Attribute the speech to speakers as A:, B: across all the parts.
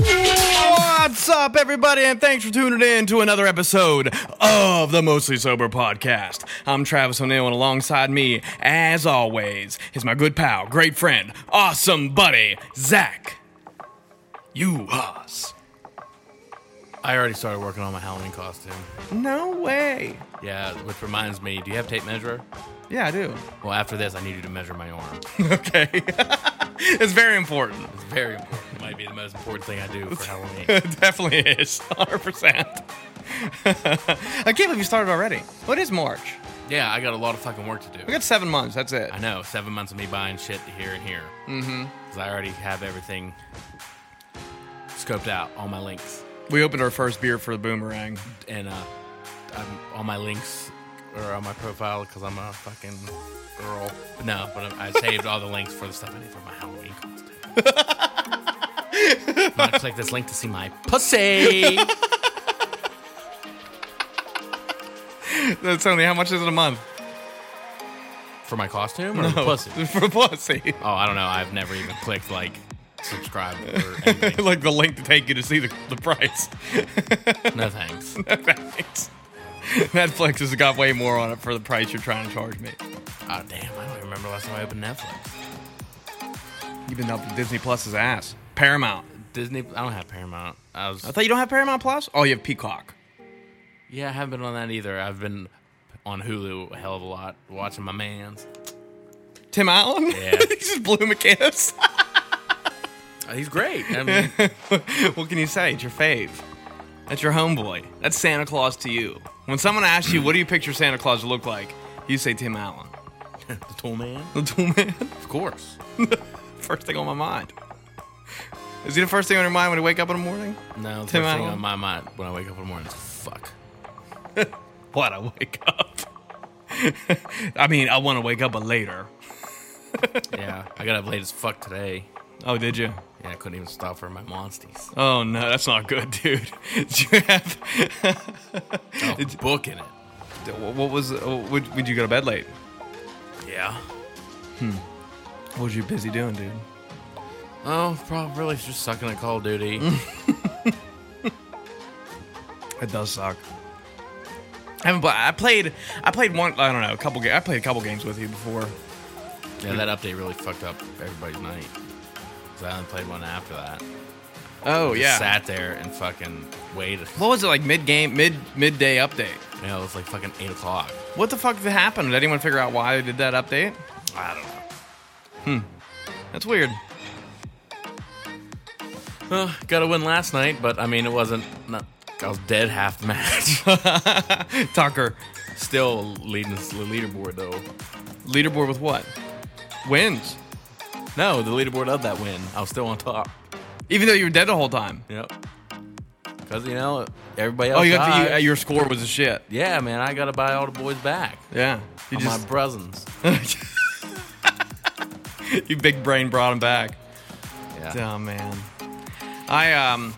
A: What's up, everybody, and thanks for tuning in to another episode of the Mostly Sober Podcast. I'm Travis O'Neill, and alongside me, as always, is my good pal, great friend, awesome buddy, Zach. You us.
B: I already started working on my Halloween costume.
A: No way.
B: Yeah, which reminds me, do you have tape measure?
A: Yeah, I do.
B: Well, after this, I need you to measure my arm.
A: Okay. it's very important.
B: It's very important. It might be the most important thing I do for Halloween.
A: It definitely is. 100%. I can't believe you started already. What is March?
B: yeah, I got a lot of fucking work to
A: We
B: do.
A: got seven months. That's it.
B: I know, seven months of me buying shit to here and here. Mm-hmm. Because I already have everything scoped out, all my links.
A: We opened our first beer for the boomerang.
B: And uh, I'm, all my links are on my profile because I'm a fucking girl. But no, but I I saved all the links for the stuff I need for my Halloween costume. Now click this link to see my pussy.
A: That's only how much is it a month?
B: For my costume or the pussy?
A: for pussy.
B: Oh, I don't know. I've never even clicked like subscribe or anything.
A: like the link to take you to see the, the price.
B: no thanks.
A: Thanks. Netflix has got way more on it for the price you're trying to charge me.
B: Oh damn, I don't even remember last time I opened Netflix.
A: You've been up to Disney Plus's ass. Paramount.
B: Disney. I don't have Paramount. I was.
A: I thought you don't have Paramount Plus? Oh, you have Peacock.
B: Yeah, I haven't been on that either. I've been on Hulu a hell of a lot, watching my man's.
A: Tim Allen?
B: Yeah.
A: he just blew him a kiss.
B: Uh, He's great. I mean,
A: what can you say? It's your fave. That's your homeboy. That's Santa Claus to you. When someone asks you, what do you picture Santa Claus to look like? You say Tim Allen.
B: the tool man.
A: The tool man.
B: Of course.
A: First thing on my mind. Is he the first thing on your mind when you wake up in the morning?
B: No, the
A: Tim
B: first thing
A: Allen.
B: on my mind when I wake up in the morning is fuck.
A: What I wake up. I mean, I want to wake up, but later.
B: Yeah, I got up late as fuck today.
A: Oh, did you?
B: Yeah, I couldn't even stop for my monsties.
A: Oh no, that's not good, dude. Did you have?
B: Oh, it's booking it.
A: what was? Would, would you go to bed late?
B: Yeah.
A: What was you busy doing, dude?
B: Oh, probably really just sucking at Call of Duty.
A: It does suck. I haven't. pla- I played. I played one. I don't know. A couple. ga- I played a couple games with you before.
B: yeah, that update really fucked up everybody's night. 'Cause I only played one after that.
A: Oh
B: Just
A: yeah.
B: Sat there and fucking waited.
A: What was it like? Mid game, mid midday update.
B: You know, it was like fucking eight o'clock.
A: What the fuck happened? Did anyone figure out why they did that update?
B: I don't know.
A: That's weird.
B: Uh, got a win last night, but I mean, it wasn't. Not, I was dead half the match.
A: Tucker,
B: Still leading the leaderboard though.
A: leaderboard with what? Wins.
B: No, the leaderboard of that win. I was still on top.
A: Even though you were dead the whole time.
B: Yep. Cause you know everybody else.
A: Oh, you got
B: died.
A: to, you, your score was a shit.
B: uh, yeah, man. I gotta buy all the boys back.
A: Yeah. You
B: I'm
A: just
B: my brothers.
A: you big brain brought him back.
B: Yeah.
A: Oh man. I um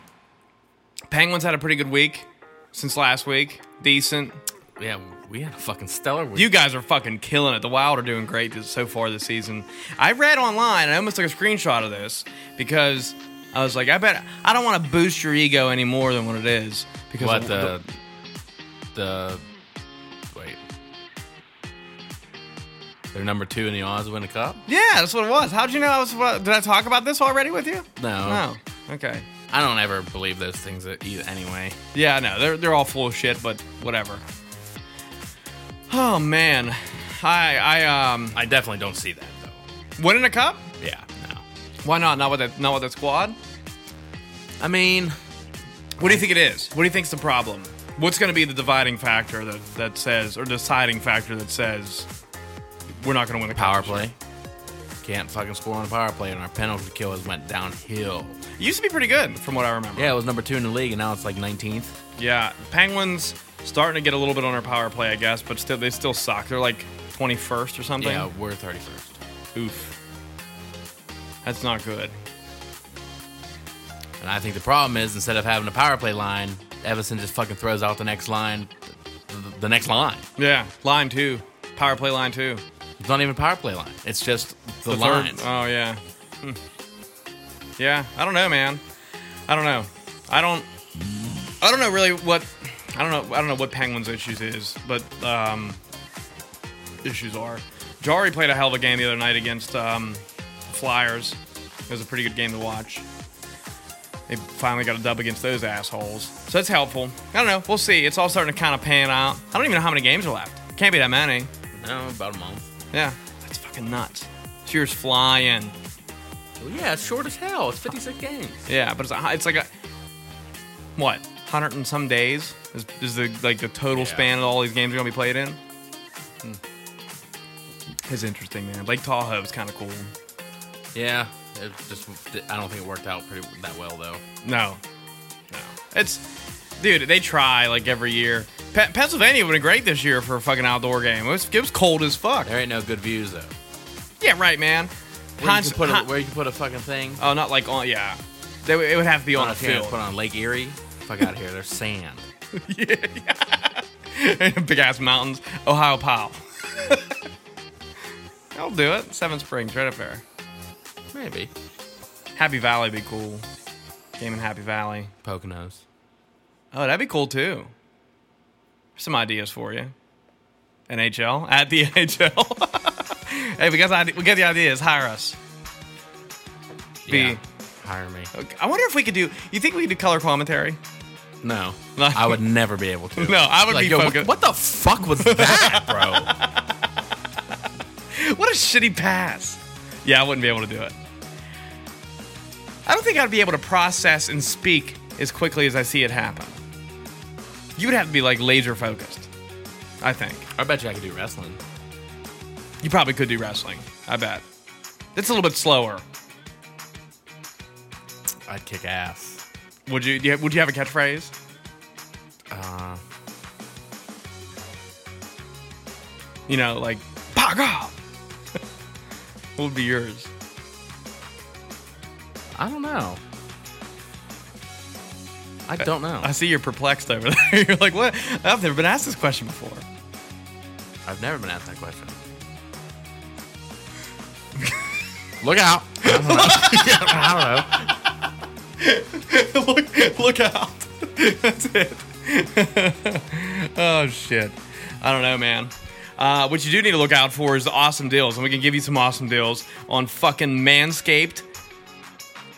A: Penguins had a pretty good week since last week. Decent.
B: Yeah, we had a fucking stellar week.
A: You guys are fucking killing it. The Wild are doing great this- so far this season. I read online, and I almost took a screenshot of this because I was like, I bet I don't want to boost your ego any more than what it is. Because
B: what the, the wait? They're number two in the odds to win a cup.
A: yeah, that's what it was. How'd you know I was? What, did I talk about this already with you?
B: No.
A: No. Okay.
B: I don't ever believe those things e- anyway.
A: Yeah, no, they're they're all full of shit, but whatever. Oh man, I I um
B: I definitely don't see that though.
A: winning a cup?
B: Yeah, no.
A: Why not? Not with that not with that squad.
B: I mean,
A: What do you think it is? What do you think's the problem? What's going to be the dividing factor that that says or deciding factor that says we're not going to win the cup
B: power
A: this year?
B: play. Can't fucking score on a power play, and our penalty kill has went downhill.
A: It used to be pretty good from what I remember.
B: Yeah, it was number two in the league, and now it's like 19th.
A: Yeah, Penguins starting to get a little bit on our power play, I guess, but still they still suck. They're like 21st or something.
B: Yeah, we're 31st.
A: Oof. That's not good.
B: And I think the problem is instead of having a power play line, Everson just fucking throws out the next line, the, the next line.
A: Yeah, line two, power play line two,
B: It's not even a power play line. It's just the, uh,
A: third-
B: lines.
A: Oh yeah. Hmm. Yeah, I don't know, man. I don't know. I don't. I don't know really what. I don't know. I don't know what Penguins' issues is, but um, issues are. Jari played a hell of a game the other night against um, Flyers. It was a pretty good game to watch. They finally got a dub against those assholes, so that's helpful. I don't know. We'll see. It's all starting to kind of pan out. I don't even know how many games are left. Can't be that many.
B: no, about a month.
A: Yeah, that's fucking nuts. Cheers flying.
B: Well, yeah, it's short as hell. It's 56 games.
A: Yeah, but it's, a, it's like a what hundred and some days is, is the like the total
B: Yeah.
A: span that all these games are gonna be played in. Hmm. It's interesting, man. Lake Tahoe is kind of cool.
B: Yeah, it just I don't think it worked out pretty that well though.
A: No, no, it's dude. They try like every year. Pe- Pennsylvania would have been great this year for a fucking outdoor game. It was, it was cold as fuck.
B: There ain't no good views though.
A: Yeah, right, man.
B: Where you,
A: Hines-
B: can put a,
A: Hi-
B: where you can put a fucking thing
A: oh, not like on. Yeah, they, would- it would have to be on
B: Not
A: a
B: if you're gonna
A: field.
B: Put on Lake Erie. Fuck out of here. There's sand.
A: Big ass mountains, Ohio Powell. I'll do it. Seven Springs, right up there.
B: Maybe
A: Happy Valley be cool. Game in Happy Valley.
B: Poconos.
A: Oh, that'd be cool too. Some ideas for you. NHL at the NHL. hey, we got the, ide- we got the ideas. Hire us. Be-
B: Yeah. Hire me.
A: Okay, I wonder if we could do. You think we could do color commentary?
B: No,
A: No.
B: I would never be able to.
A: No, I would
B: Like,
A: be
B: yo,
A: focused.
B: what, what the fuck was that, bro?
A: What a shitty pass. Yeah, I wouldn't be able to do it. I don't think I'd be able to process and speak as quickly as I see it happen. You would have to be like laser focused. I think.
B: I bet you I could do wrestling.
A: You probably could do wrestling. I bet. It's a little bit slower.
B: I'd kick ass.
A: Would you, do you would you have a catchphrase?
B: Uh,
A: You know, like Paga. what would be yours?
B: I don't know. I don't know.
A: I see you're perplexed over there. You're like, "What? I've never been asked this question before."
B: I've never been asked that question. Look out! I don't know. I don't know.
A: look, look out. That's it. oh, shit. I don't know, man. Uh, what you do need to look out for is the awesome deals, and we can give you some awesome deals on fucking Manscaped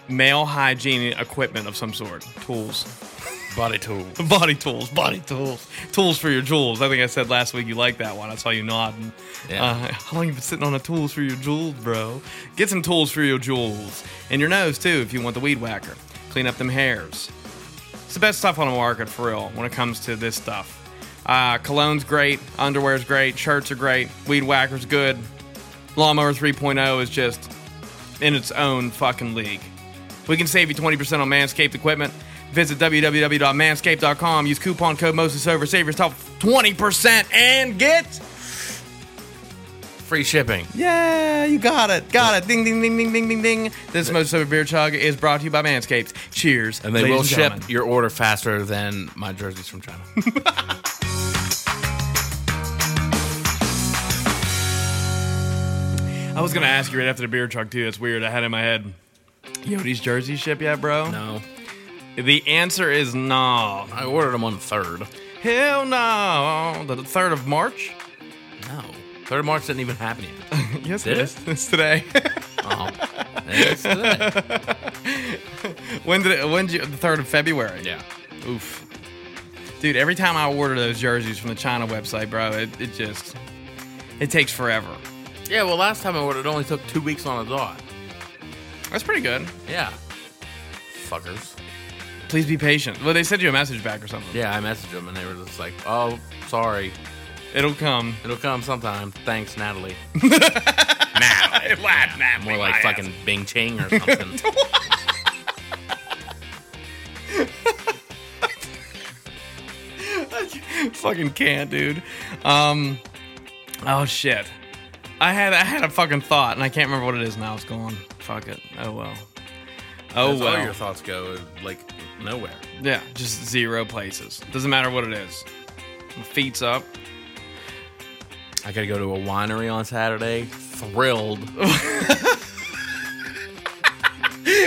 A: male hygiene equipment of some sort. Tools.
B: Body tool.
A: Body tools. Body tools. Tools for your jewels. I think I said last week you liked that one. I saw you nodding.
B: Yeah.
A: Uh, how long you been sitting on the tools for your jewels, bro? Get some tools for your jewels. And your nose, too, if you want the weed whacker. Clean up them hairs. It's the best stuff on the market for real when it comes to this stuff. Uh, cologne's great, underwear's great, shirts are great, weed whacker's good. Lawnmower 3.0 is just in its own fucking league. We can save you 20% on Manscaped equipment. Visit www.manscaped.com, use coupon code MosesOver, save yourself 20% and get.
B: Free shipping.
A: Yeah, you got it. Got it. Ding, ding, ding, ding, ding, ding, ding. This Moses Over Beer Chug is brought to you by Manscaped. Cheers.
B: And they
A: ladies
B: will ship
A: gentlemen.
B: your order faster than my jerseys from China.
A: I was gonna ask you right after the beer truck too. That's weird. I had it in my head. Yo, these jerseys ship yet, bro?
B: no.
A: The answer is no.
B: I ordered them on the 3rd.
A: Hell no. The third of March.
B: No. 3rd of March didn't even happen yet.
A: Yes,
B: Did
A: it
B: it?
A: is. It's today.
B: Oh. It's today.
A: when did it, when did you, the third of February?
B: Yeah.
A: Oof. Dude, every time I order those jerseys from the China website, bro, it, it just it takes forever.
B: Yeah, well, last time I ordered, it only took two weeks on a dot.
A: That's pretty good.
B: Yeah. Fuckers.
A: Please be patient. Well, they sent you a message back or something.
B: Yeah, I messaged them and they were just like, oh, sorry.
A: It'll come.
B: It'll come sometime. Thanks, Natalie.
A: More
B: More like fucking Bing Ching or something.
A: I fucking can't, dude. Um, oh shit. I had I had a fucking thought and I can't remember what it is now. It's gone. Fuck it. Oh well. Oh
B: That's
A: well.
B: all your thoughts go like nowhere.
A: Yeah, just zero places. Doesn't matter what it is. My feet's up.
B: I gotta go to a winery on Saturday. Thrilled.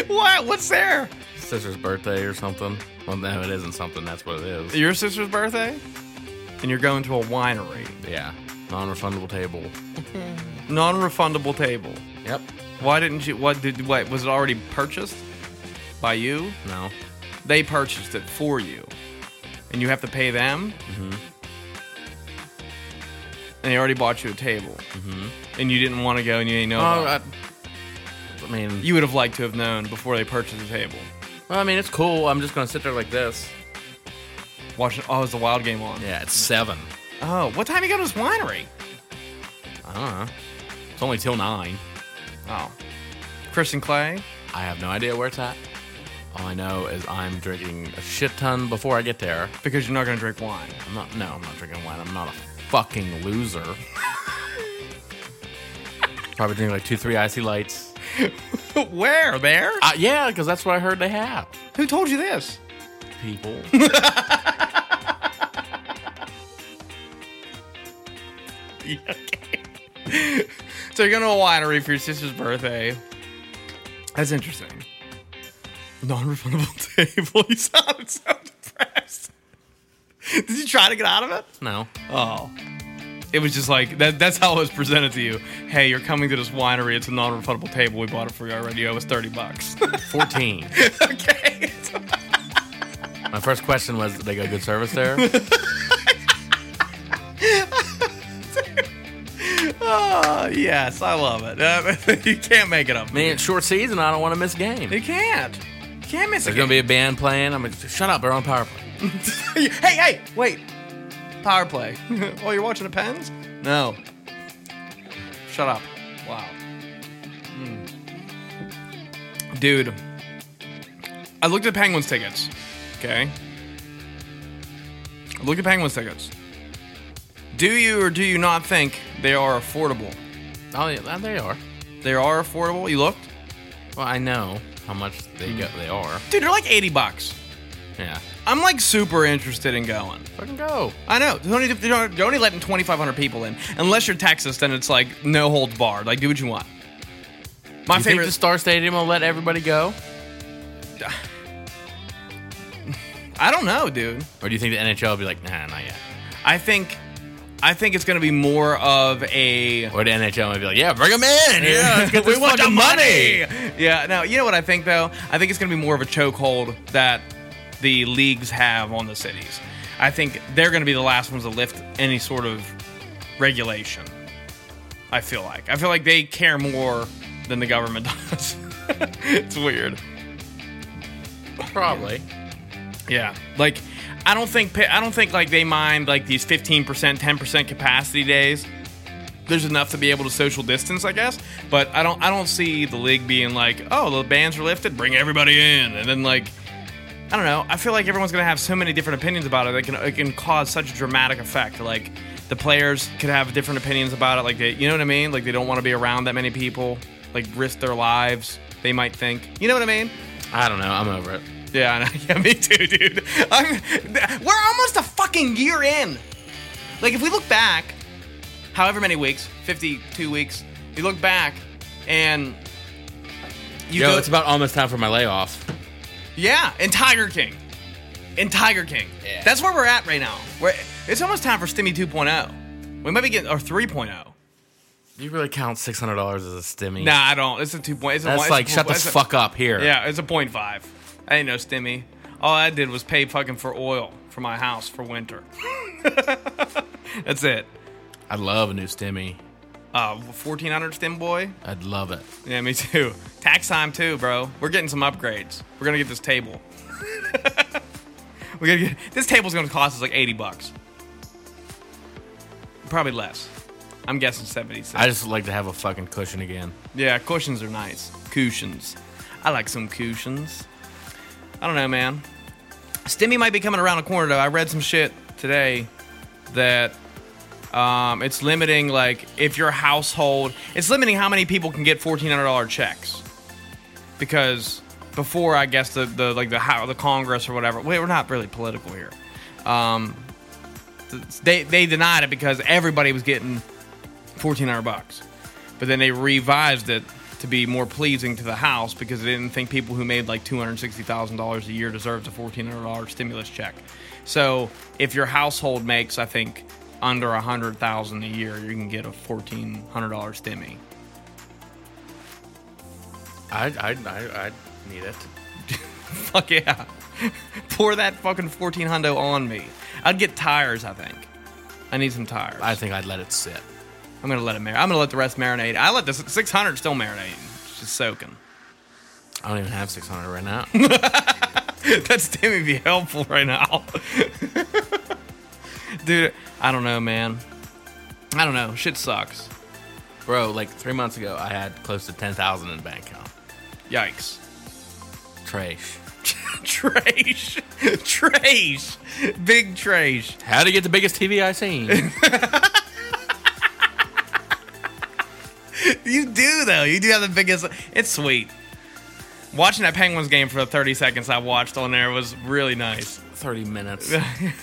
A: What? What's there?
B: Sister's birthday or something. Well, no, it isn't something. That's what it is.
A: Your sister's birthday? And you're going to a winery.
B: Yeah. Non-refundable table.
A: Non-refundable table.
B: Yep.
A: Why didn't you what did wait, was it already purchased by you?
B: No.
A: They purchased it for you. And you have to pay them? Mm-hmm. And they already bought you a table. Mm-hmm. And you didn't want to go and you didn't know.
B: Oh,
A: about it.
B: I, I mean,
A: You would have liked to have known before they purchased the table.
B: well, I mean, it's cool. I'm just gonna sit there like this.
A: Watching oh, is the wild game on?
B: Yeah, it's seven.
A: Oh, what time you go to this winery?
B: I don't know. It's only till nine.
A: Oh. Christian Clay?
B: I have no idea where it's at. All I know is I'm drinking a shit ton before I get there.
A: Because you're not gonna drink wine.
B: I'm not. No, I'm not drinking wine. I'm not a fucking loser. Probably drink like two, three icy lights.
A: Where? There?
B: Uh, yeah, because that's what I heard they have.
A: Who told you this?
B: People.
A: So you're going to a winery for your sister's birthday. That's interesting. Non-refundable table. You sounded so depressed. Did you try to get out of it?
B: no.
A: Oh. It was just like that that's how it was presented to you. Hey, you're coming to this winery, it's a non-refundable table. We bought it for you already. You owe us 30 bucks.
B: 14.
A: okay.
B: My first question was, they got good service there?
A: Oh, yes, I love it. Uh, you can't make it up.
B: Man, it's short season. I don't want to miss a game.
A: You
B: There's
A: can't. You can't miss a
B: going to be
A: game.
B: a band playing. I'm going to shut up. They're on power play.
A: hey, hey, wait. Power play. oh, you're watching the Pens? No. Shut up. Wow. Hmm. Dude, I looked at Penguins tickets. Okay. I looked at Penguins tickets. Do you or do you not think they are affordable?
B: Oh, yeah, they are.
A: They are affordable. You looked?
B: Well, I know how much they go, they are.
A: Dude, they're like 80 bucks.
B: Yeah.
A: I'm like super interested in going.
B: Fucking go.
A: I know. They're only, they're only- they're only letting 2,500 people in. Unless you're Texas, then it's like no holds barred. Like, do what you want. My
B: You think
A: favorite.
B: the Star Stadium will let everybody go?
A: I don't know, dude.
B: Or do you think the NHL will be like, nah, not yet?
A: I think. I think it's going to be more of a.
B: Or the NHL might be like, yeah, bring them in. Yeah, let's get
A: we
B: this
A: want the
B: fucking
A: money. Yeah. No, you know what I think though. I think it's going to be more of a chokehold that the leagues have on the cities. I think they're going to be the last ones to lift any sort of regulation. I feel like. I feel like they care more than the government does. it's weird.
B: Probably.
A: Yeah, like I don't think pa- I don't think like they mind like these fifteen percent, ten percent capacity days. There's enough to be able to social distance, I guess. But I don't I don't see the league being like, oh, the bans are lifted, bring everybody in, and then like. I don't know. I feel like everyone's gonna have so many different opinions about it that can it can cause such a dramatic effect. Like the players could have different opinions about it. Like they, you know what I mean? Like they don't want to be around that many people. Like risk their lives. They might think. You know what I mean?
B: I don't know. I'm over it.
A: Yeah, I know. yeah, me too, dude. I'm, th- we're almost a fucking year in. Like, if we look back, however many weeks, 52 weeks, you look back and you
B: Yo,
A: go.
B: it's about almost time for my layoff.
A: yeah, and Tiger King. And Tiger King.
B: Yeah.
A: That's where we're at right now. We're, it's almost time for Stimmy 2.0. We might be getting, or 3.0.
B: You really count six hundred dollars as a stimmy?
A: Nah, I don't. It's a 2.0.
B: that's like shut the
A: up.
B: fuck up here.
A: Yeah, it's a point five. I ain't no stimmy. All I did was pay fucking for oil for my house for winter. That's it.
B: I love a new stimmy.
A: Uh, fourteen hundred stim boy.
B: I'd love it.
A: Yeah, me too. Tax time too, bro. We're getting some upgrades. We're gonna get this table. We're gonna get this table's gonna cost us like eighty bucks. Probably less. I'm guessing seventy six.
B: I just like to have a fucking cushion again.
A: Yeah, cushions are nice. Cushions. I like some cushions. I don't know, man. Stimmy might be coming around the corner, though. I read some shit today that um, it's limiting like if your household it's limiting how many people can get $1400 checks because before I guess the, the like the how the Congress or whatever we- we're not really political here um, th- they, they denied it because everybody was getting 1400 bucks but then they revised it to be more pleasing to the house because they didn't think people who made like $260,000 a year deserved a $1400 stimulus check. So, if your household makes I think under 100,000 a year, you can get a $1400 stimmy.
B: I, I, I, I need it.
A: Fuck yeah. Pour that fucking 14 hundo on me. I'd get tires, I think. I need some tires.
B: I think I'd let it sit.
A: I'm going to let it marinate. I'm going to let the rest marinate. I let the 600 still marinate. It's just soaking.
B: I don't even have 600 right now.
A: that stim would be helpful right now. Dude, I don't
B: Oh,
A: know, man. I don't know. Shit sucks.
B: Bro, like three months ago, I had close to 10,000 in bank account.
A: Yikes.
B: Trash.
A: Trash. Trash. Big trash.
B: How to get the biggest TV I seen?
A: You do, though. You do have the biggest. It's sweet. Watching that Penguins game for the 30 seconds I watched on there was really nice.
B: 30 minutes.
A: I'd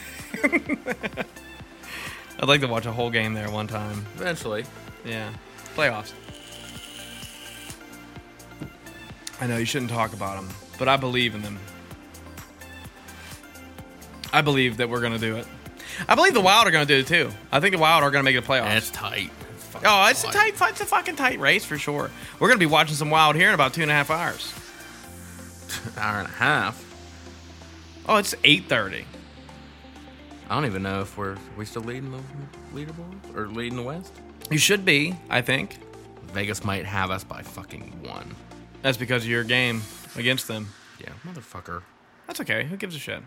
A: like to watch a whole game there one time.
B: Eventually.
A: Yeah. Playoffs. I know you shouldn't talk about them, but I believe in them. I believe that we're going to do it. I believe the Wild are going to do it too. I think the Wild are going to make the
B: And
A: playoffs.
B: it's tight. It's fucking
A: Oh, it's a tight, it's a fucking tight race for sure. We're going to be watching some Wild here in about two and a half hours.
B: Hour and a half.
A: Oh, it's eight thirty.
B: I don't even know if we're we still leading the leaderboard or leading the West.
A: You should be, I think.
B: Vegas might have us by fucking one.
A: That's because of your game against them.
B: Yeah, motherfucker.
A: That's okay. Who gives a shit?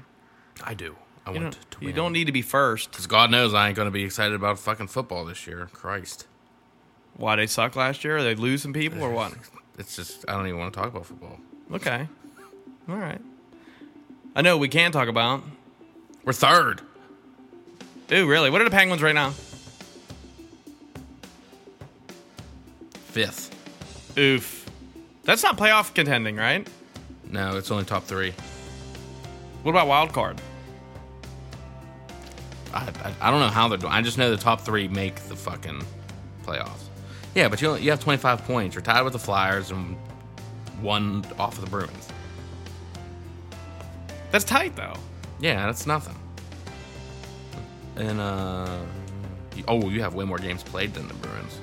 B: I do. I
A: You
B: want
A: don't-
B: to win.
A: you don't need to be first.
B: Because God knows I ain't gonna be excited about fucking football this year. Christ.
A: Why they suck last year? Are they lose some people or what?
B: It's just I don't even want to talk about football.
A: Okay. All right. I know we can talk about.
B: We're third.
A: Ooh, really? What are the Penguins right now?
B: Fifth.
A: Oof. That's not playoff contending, right?
B: No, it's only top three.
A: What about wild card?
B: I, I, I don't know how they're doing. I just know the top three make the fucking playoffs. Yeah, but you only, you have 25 points. You're tied with the Flyers and one off of the Bruins.
A: That's tight though.
B: Yeah, that's nothing. And uh, you- oh, you have way more games played than the Bruins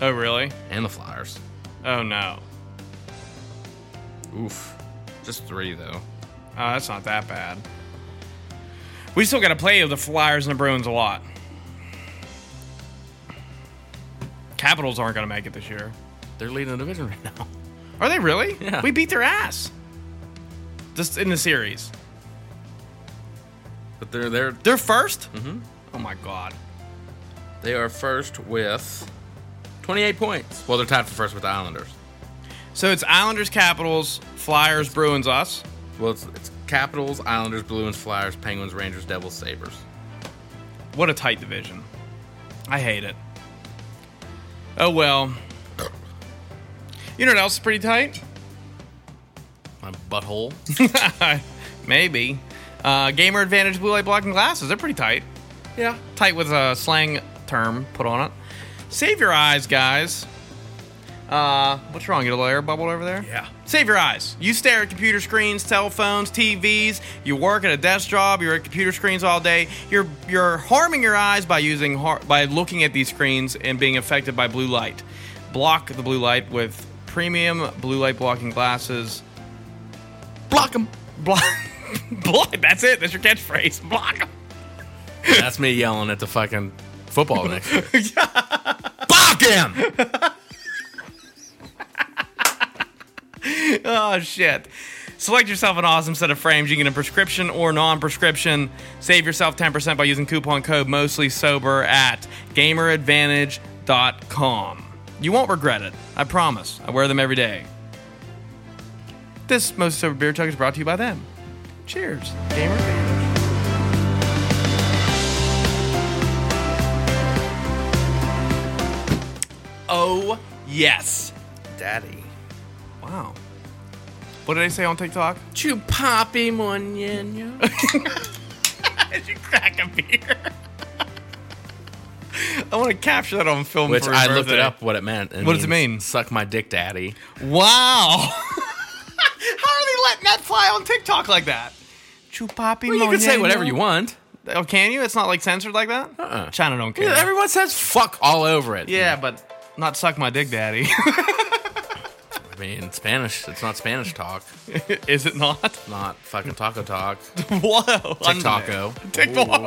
A: Oh, really?
B: and the Flyers.
A: Oh no.
B: Oof, just three though.
A: Oh, that's not that bad. We still got to play the Flyers and the Bruins a lot. Capitals aren't going to make it this year.
B: They're leading the division right now.
A: Are they really?
B: Yeah.
A: We beat their ass. Just in the series.
B: But they're they're
A: They're 1st Mm-hmm. Oh my god.
B: they are first with 28 points. Well, they're tied for first with the Islanders.
A: So it's Islanders, Capitals, Flyers, Bruins, us.
B: Well, it's, it's Capitals, Islanders, Bruins, Flyers, Penguins, Rangers, Devils, Sabers.
A: What a tight division. I hate it. Oh well. You know what else is pretty tight?
B: My butthole.
A: Maybe. Uh, gamer advantage blue light blocking glasses. They're pretty tight.
B: yeah.
A: Tight with a slang term put on it. Save your eyes, guys. Uh, what's wrong? You got a little air bubble over there?
B: Yeah.
A: Save your eyes. You stare at computer screens, telephones, TVs. You work at a desk job. You're at computer screens all day. You're you're harming your eyes by using har- by looking at these screens and being affected by blue light. Block the blue light with premium blue light blocking glasses. Block them. Block. Block. That's it. That's your catchphrase. Block 'em.
B: That's me yelling at the fucking football next year. Block him!
A: Oh shit. Select yourself an awesome set of frames. You can get a prescription or non-prescription. Save yourself 10% by using coupon code mostly sober at gameradvantage.com. You won't regret it. I promise. I wear them every day. This Mostly Sober Beer Tug is brought to you by them. Cheers, Gamer Advantage. Oh, Yes.
B: Daddy.
A: Wow. What did I say on TikTok?
B: Chew poppy monino.
A: Did you crack a beer? I want to capture that on film.
B: Which
A: for his
B: I looked it
A: birthday.
B: up what it meant.
A: What does it
B: means
A: mean?
B: Suck my dick, daddy.
A: Wow. How are they letting that fly on TikTok like that? Chupapi
B: Well, you can say whatever you want.
A: Oh, can you? It's not like censored like that?
B: Uh-uh.
A: China don't care.
B: Yeah, everyone says fuck all over it.
A: Yeah, but not suck my dick, daddy.
B: I mean, Spanish, it's not Spanish talk.
A: Is it not?
B: It's not fucking taco talk.
A: Whoa.
B: TikToko.
A: TikTok.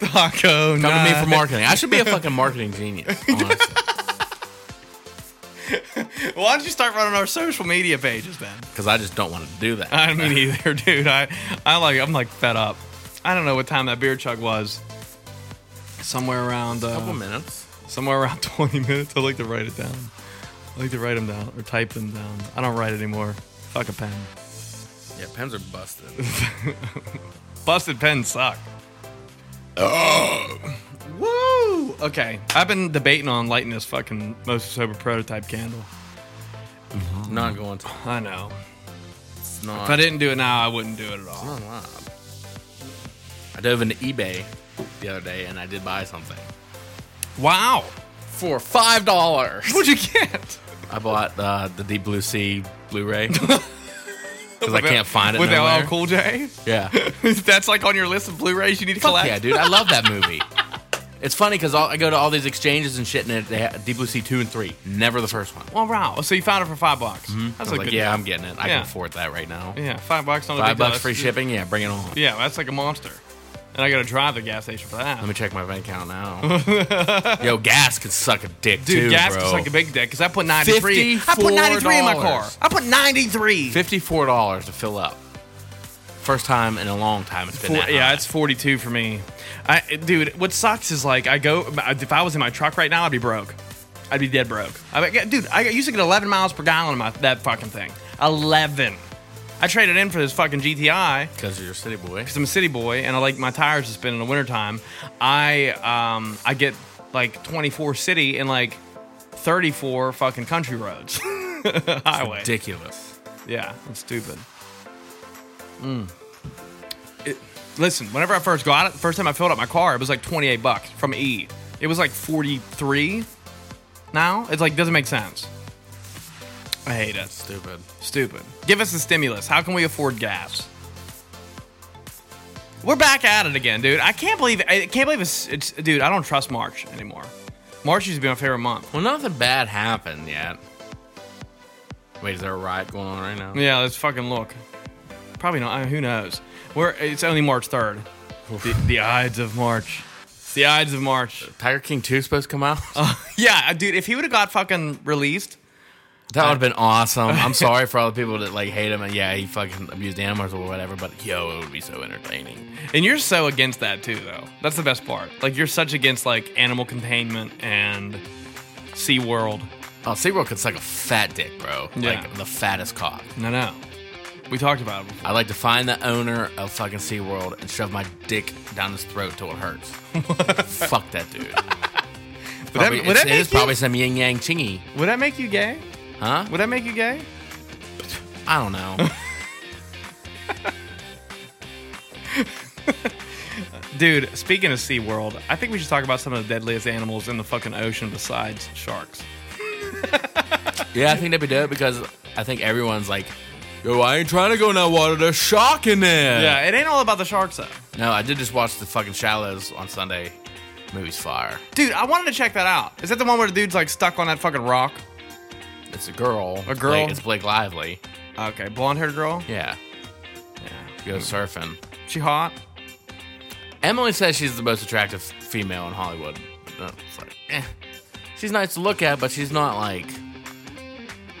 A: Taco.
B: Come to me
A: night.
B: for marketing. I should be a fucking marketing genius. Honestly.
A: Why don't you start running our social media pages then?
B: Because I just don't want to do that.
A: I mean either, dude. I, I like I'm like fed up. I don't know what time that beer chug was. Somewhere around uh,
B: a couple minutes.
A: somewhere around 20 minutes. I like to write it down. I like to write them down or type them down. I don't write anymore. Fuck a pen.
B: Yeah, pens are busted.
A: Busted pens suck. Oh. Woo! Okay. I've been debating on lighting this fucking most sober prototype candle.
B: not going to.
A: I know.
B: It's not.
A: If I didn't do it now, I wouldn't do it at all.
B: not allowed. I dove into eBay the other day and I did buy something
A: Wow.
B: for five dollars.
A: What'd you get?
B: I bought uh, the Deep Blue Sea Blu-ray because I can't find it
A: With
B: nowhere.
A: LL Cool J?
B: Yeah,
A: That's like on your list of Blu-rays you need to
B: fuck
A: collect.
B: yeah, dude. I love that movie. It's funny because I go to all these exchanges and shit, and it- they have Deep Blue Sea two and three. Never the first one.
A: Well, wow. So you found it for five bucks. That's a
B: I was like,
A: good
B: yeah, Mm-hmm. I'm getting it. I
A: Yeah.
B: can afford that right now.
A: deal. Yeah, five bucks on a
B: Five
A: big
B: bucks
A: deal.
B: free
A: That's-
B: shipping. Yeah, bring it on.
A: Yeah, that's like a monster. And I gotta drive the gas station for that.
B: Let me check my bank account now. Yo, gas could suck a dick
A: Dude,
B: too,
A: gas
B: bro.
A: is like a big dick because I put 93. I put 93 in my car.
B: $54.
A: I put 93.
B: Fifty-four dollars to fill up. First time in a long time it's been
A: Four-
B: that
A: yeah,
B: high.
A: it's 42 for me. I, dude, what sucks is like I go, if I was in my truck right now, I'd be broke. I'd be dead broke. I mean, dude, I used to get 11 miles per gallon in my, that fucking thing. 11. I traded in for this fucking GTI.
B: because you're a city boy.
A: because I'm a city boy and I like my tires to spin in the wintertime, I um I get like 24 city and like 34 fucking country roads, highway.
B: Ridiculous.
A: Yeah, it's stupid. Mm. It, listen, whenever I first got it, first time I filled up my car, it was like 28 bucks from E. It was like 43. Now it's like doesn't make sense. I hate it.
B: Stupid.
A: Stupid. Give us the stimulus. How can we afford gas? We're back at it again, dude. I can't believe I can't believe it's, it's dude. I don't trust March anymore. March used to be my favorite month.
B: Well, nothing bad happened yet. Wait, is there a riot going on right now?
A: Yeah, let's fucking look. Probably not. I mean, who knows? We're it's only March third. The, the Ides of March. It's the Ides of March.
B: Tiger King Two supposed to come out?
A: Yeah, uh, dude. If he would have got fucking released,
B: that would have been awesome. I'm sorry for all the people that like hate him and yeah, he fucking abused animals or whatever. But yo, it would be so entertaining.
A: and you're so against that too, though. That's the best part. Like you're such against like animal containment and Sea World.
B: Oh, SeaWorld could suck a fat dick, bro.
A: Yeah.
B: Like the fattest cock.
A: No, no. We talked about it before.
B: I'd like to find the owner of fucking SeaWorld and shove my dick down his throat till it hurts. Fuck that dude.
A: Would that,
B: Probably-
A: would,
B: it's-
A: that
B: it is
A: make you,
B: probably some yin yang chingy,
A: would that make you gay?
B: huh?
A: Would that make you gay?
B: I don't know.
A: Dude, speaking of SeaWorld, I think we should talk about some of the deadliest animals in the fucking ocean besides sharks.
B: yeah, I think that'd be dope because I think everyone's like, yo, I ain't trying to go in that water. There's shark in there.
A: Yeah, it ain't all about the sharks though.
B: No, I did just watch the fucking Shallows on Sunday. Movie's fire.
A: Dude, I wanted to check that out. Is that the one where the dude's like stuck on that fucking rock?
B: It's a girl.
A: A girl?
B: Blake- it's Blake Lively.
A: Okay, blonde haired girl.
B: Yeah. Yeah. Go surfing.
A: She hot.
B: Emily says she's the most attractive female in Hollywood. Uh, it's like, eh. She's nice to look at, but she's not like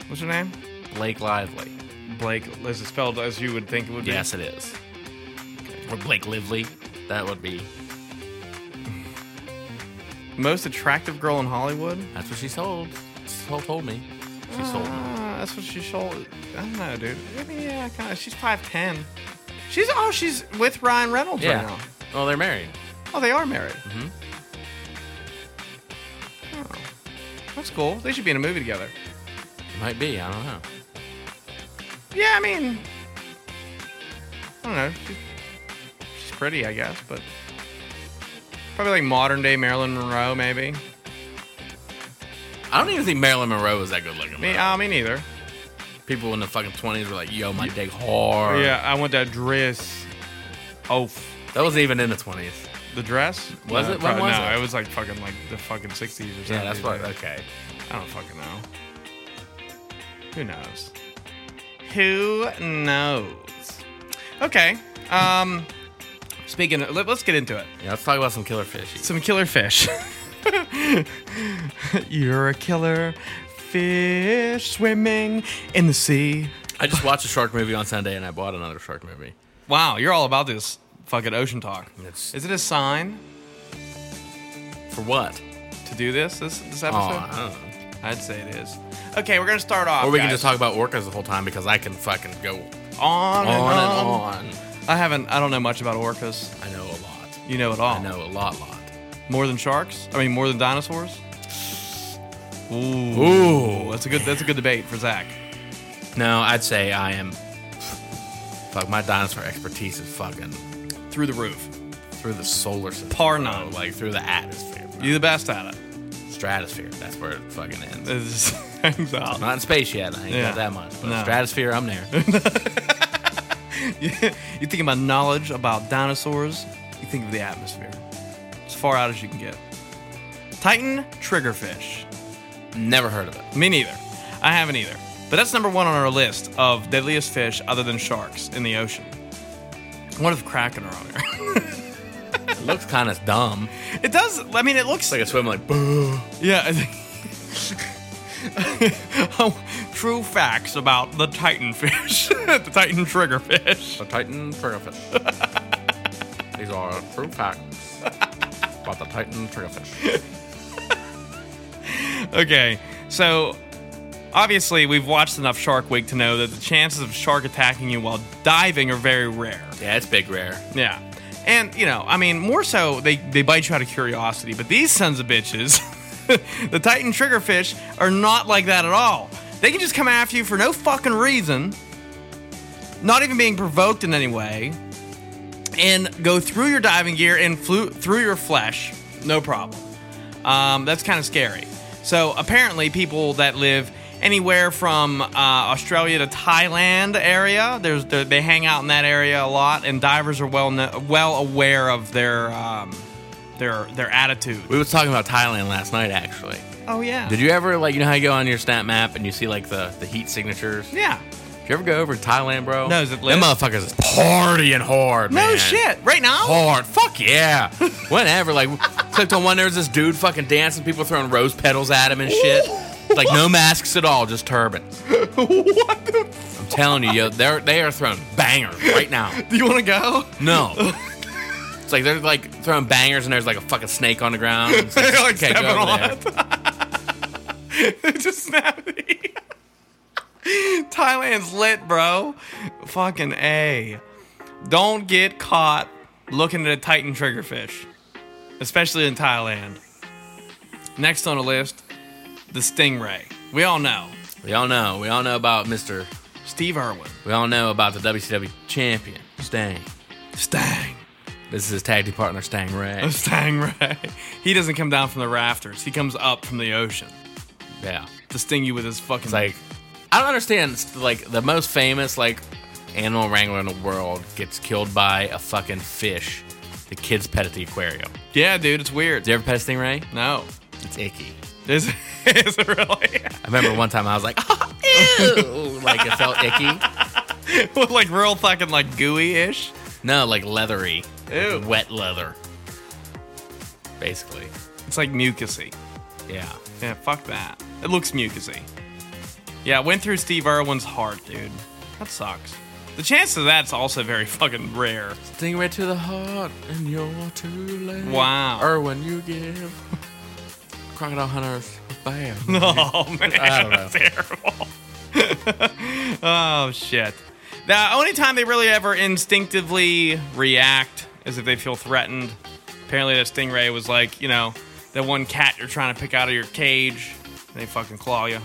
A: What's her name?
B: Blake Lively.
A: Blake. Is it spelled as you would think it would be?
B: Yes, it is. Or Blake Lively. That would be.
A: Most attractive girl in Hollywood.
B: That's what she sold. Sold told me. She sold me.
A: Uh, that's what she sold. I don't know, dude. I mean, yeah, kind of. She's five ten. She's oh, she's with Ryan Reynolds right
B: Yeah. Mm-hmm.
A: now.
B: Well, they're married.
A: Oh, they are married. That's cool. They should be in a movie together.
B: Might be. I don't know.
A: Yeah, I mean, I don't know. She's, she's pretty, I guess, but probably like modern day Marilyn Monroe, maybe.
B: I don't even think Marilyn Monroe was that good looking.
A: Me,
B: bro.
A: uh, me neither.
B: People in the fucking twenties were like, "Yo, my dick hard."
A: Yeah, I want that dress. Off
B: that wasn't even in the twenties.
A: the dress?
B: Was
A: no,
B: it? When
A: prob-
B: was
A: no,
B: it?
A: it? was like fucking like the fucking sixties or something.
B: Yeah, that's what. Okay.
A: I don't fucking know. Who knows? Who knows? Okay. Um, speaking, of, let, let's get into it.
B: Yeah, let's talk about some killer fish.
A: Some killer fish. You're a killer fish swimming in the sea.
B: I just watched a shark movie on Sunday, and I bought another shark movie.
A: Wow, you're all about this fucking ocean talk.
B: It's-
A: Is it a sign
B: For what?
A: to do this this, this
B: Oh,
A: episode?
B: I don't know.
A: I'd say it is. Okay, we're gonna start off.
B: Or we can
A: guys.
B: just talk about orcas the whole time because I can fucking go
A: on
B: on and
A: and on.
B: on.
A: I haven't. I don't know much about orcas.
B: I know a lot.
A: You know it all.
B: I know a lot, lot.
A: More than sharks? I mean, more than dinosaurs? Ooh,
B: Ooh.
A: that's a good. That's a good debate for Zach.
B: No, I'd say I am. Fuck, my dinosaur expertise is fucking
A: Through the roof.
B: through the solar system.
A: Par
B: bro.
A: none.
B: Like through the atmosphere. bro.
A: You're the best at it.
B: Stratosphere. That's where it fucking ends.
A: It just hangs out.
B: Not in space yet. I ain't
A: Yeah.
B: got that much. But
A: No.
B: stratosphere, I'm there.
A: you think of my knowledge about dinosaurs, you think of the atmosphere. As far out as you can get. Titan triggerfish.
B: Never heard of it.
A: Me neither. I haven't either. But that's number one on our list of deadliest fish other than sharks in the ocean. What if kraken are on there?
B: It looks kind of dumb.
A: It does. I mean, it looks
B: Like I swim like, boo.
A: Yeah. I think- True facts about the Titan fish, the Titan trigger fish.
B: The Titan triggerfish. These are true facts about the Titan triggerfish.
A: Okay, so obviously we've watched enough Shark Week to know that the chances of a shark attacking you while diving are very rare.
B: Yeah, it's big rare.
A: Yeah. And, you know, I mean, more so they, they bite you out of curiosity, but these sons of bitches, the Titan triggerfish, are not like that at all. They can just come after you for no fucking reason, not even being provoked in any way, and go through your diving gear and flew, through your flesh, no problem. Um, that's kind of scary. So apparently, people that live anywhere from uh, Australia to Thailand area, there's there- they hang out in that area a lot, and divers are well kno- well aware of their um, their their attitude.
B: We was talking about Thailand last night, actually.
A: Oh yeah,
B: Did you ever like you know how you go on your snap map and you see like the, the heat signatures?
A: Yeah.
B: Did you ever go over to Thailand, bro?
A: No, is it
B: Them
A: lit?
B: motherfuckers is partying hard,
A: No
B: man.
A: shit. Right now.
B: Hard. Fuck yeah. Whenever. Like clicked on one, there's this dude fucking dancing, people throwing rose petals at him and shit. Like no masks at all, just turbans.
A: what? The,
B: I'm telling you, yo, they're they are throwing bangers right now.
A: do you want to go?
B: No. It's like they're like throwing bangers and there's like a fucking snake on the ground. It's like,
A: They're, like,
B: okay, go
A: stepping
B: over
A: on
B: there.
A: Just snappy. Thailand's lit, bro. Fucking A. Don't get caught looking at a Titan triggerfish, especially in Thailand. Next on the list, the stingray. We all know
B: We all know. We all know about Mr.
A: Steve Irwin.
B: We all know about the WCW champion, Stang.
A: Stang.
B: This is his tag team partner, Stang Ray.
A: Stingray. He doesn't come down from the rafters. He comes up from the ocean
B: Yeah.
A: to sting you with his fucking
B: It's like, I don't understand. It's like the most famous, like, animal wrangler in the world gets killed by a fucking fish. The kids pet at the aquarium.
A: Yeah, dude, it's weird.
B: Did you ever pet a stingray?
A: No.
B: It's icky.
A: Is, is it really?
B: I remember one time I was like, "Ah, ew, like it felt icky.
A: With like real fucking like gooey ish.
B: No, like leathery,
A: Ew.
B: wet leather, basically.
A: It's like mucusy.
B: Yeah.
A: Yeah, fuck that. It looks mucusy. Yeah, it went through Steve Irwin's heart, dude. That sucks. The chance of that's also very fucking rare.
B: Stingray to the heart, and you're too late.
A: Wow.
B: Erwin, you give. Crocodile hunters, bam.
A: Oh man,
B: I don't
A: that's terrible. oh shit. The only time they really ever instinctively react is if they feel threatened. Apparently, that stingray was like, you know, that one cat you're trying to pick out of your cage, and They fucking claw you.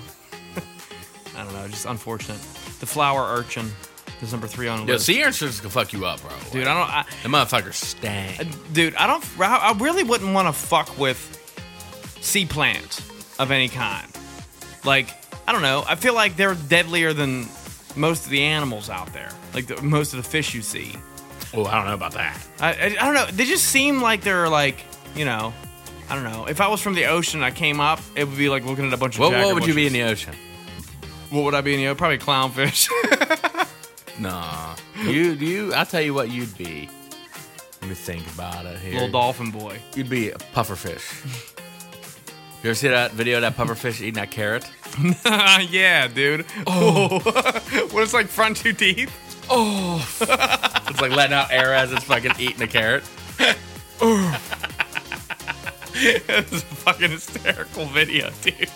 A: I don't know, just unfortunate. The flower urchin is number three on the
B: Yo,
A: list.
B: sea urchins can fuck you up, bro.
A: dude, I don't. I,
B: the motherfuckers stank.
A: dude, I don't. I I really wouldn't want to fuck with sea plant of any kind. Like, I don't know. I feel like they're deadlier than most of the animals out there. Like the, most of the fish you see.
B: oh, I don't know about that.
A: I, I, I don't know. They just seem like they're like you know. I don't know. If I was from the ocean, and I came up, it would be like looking at a bunch of.
B: What,
A: jaguar
B: what would you be
A: bushes.
B: in the ocean?
A: What would I be in the ocean? Probably clownfish.
B: Nah. you, you. I'll tell you what you'd be. Let me think about it here.
A: Little dolphin boy.
B: You'd be a pufferfish. you ever see that video of that pufferfish eating that carrot?
A: yeah, dude. Oh. what it's like front two teeth.
B: It's like letting out air as it's fucking eating the carrot.
A: it's a fucking hysterical video, dude.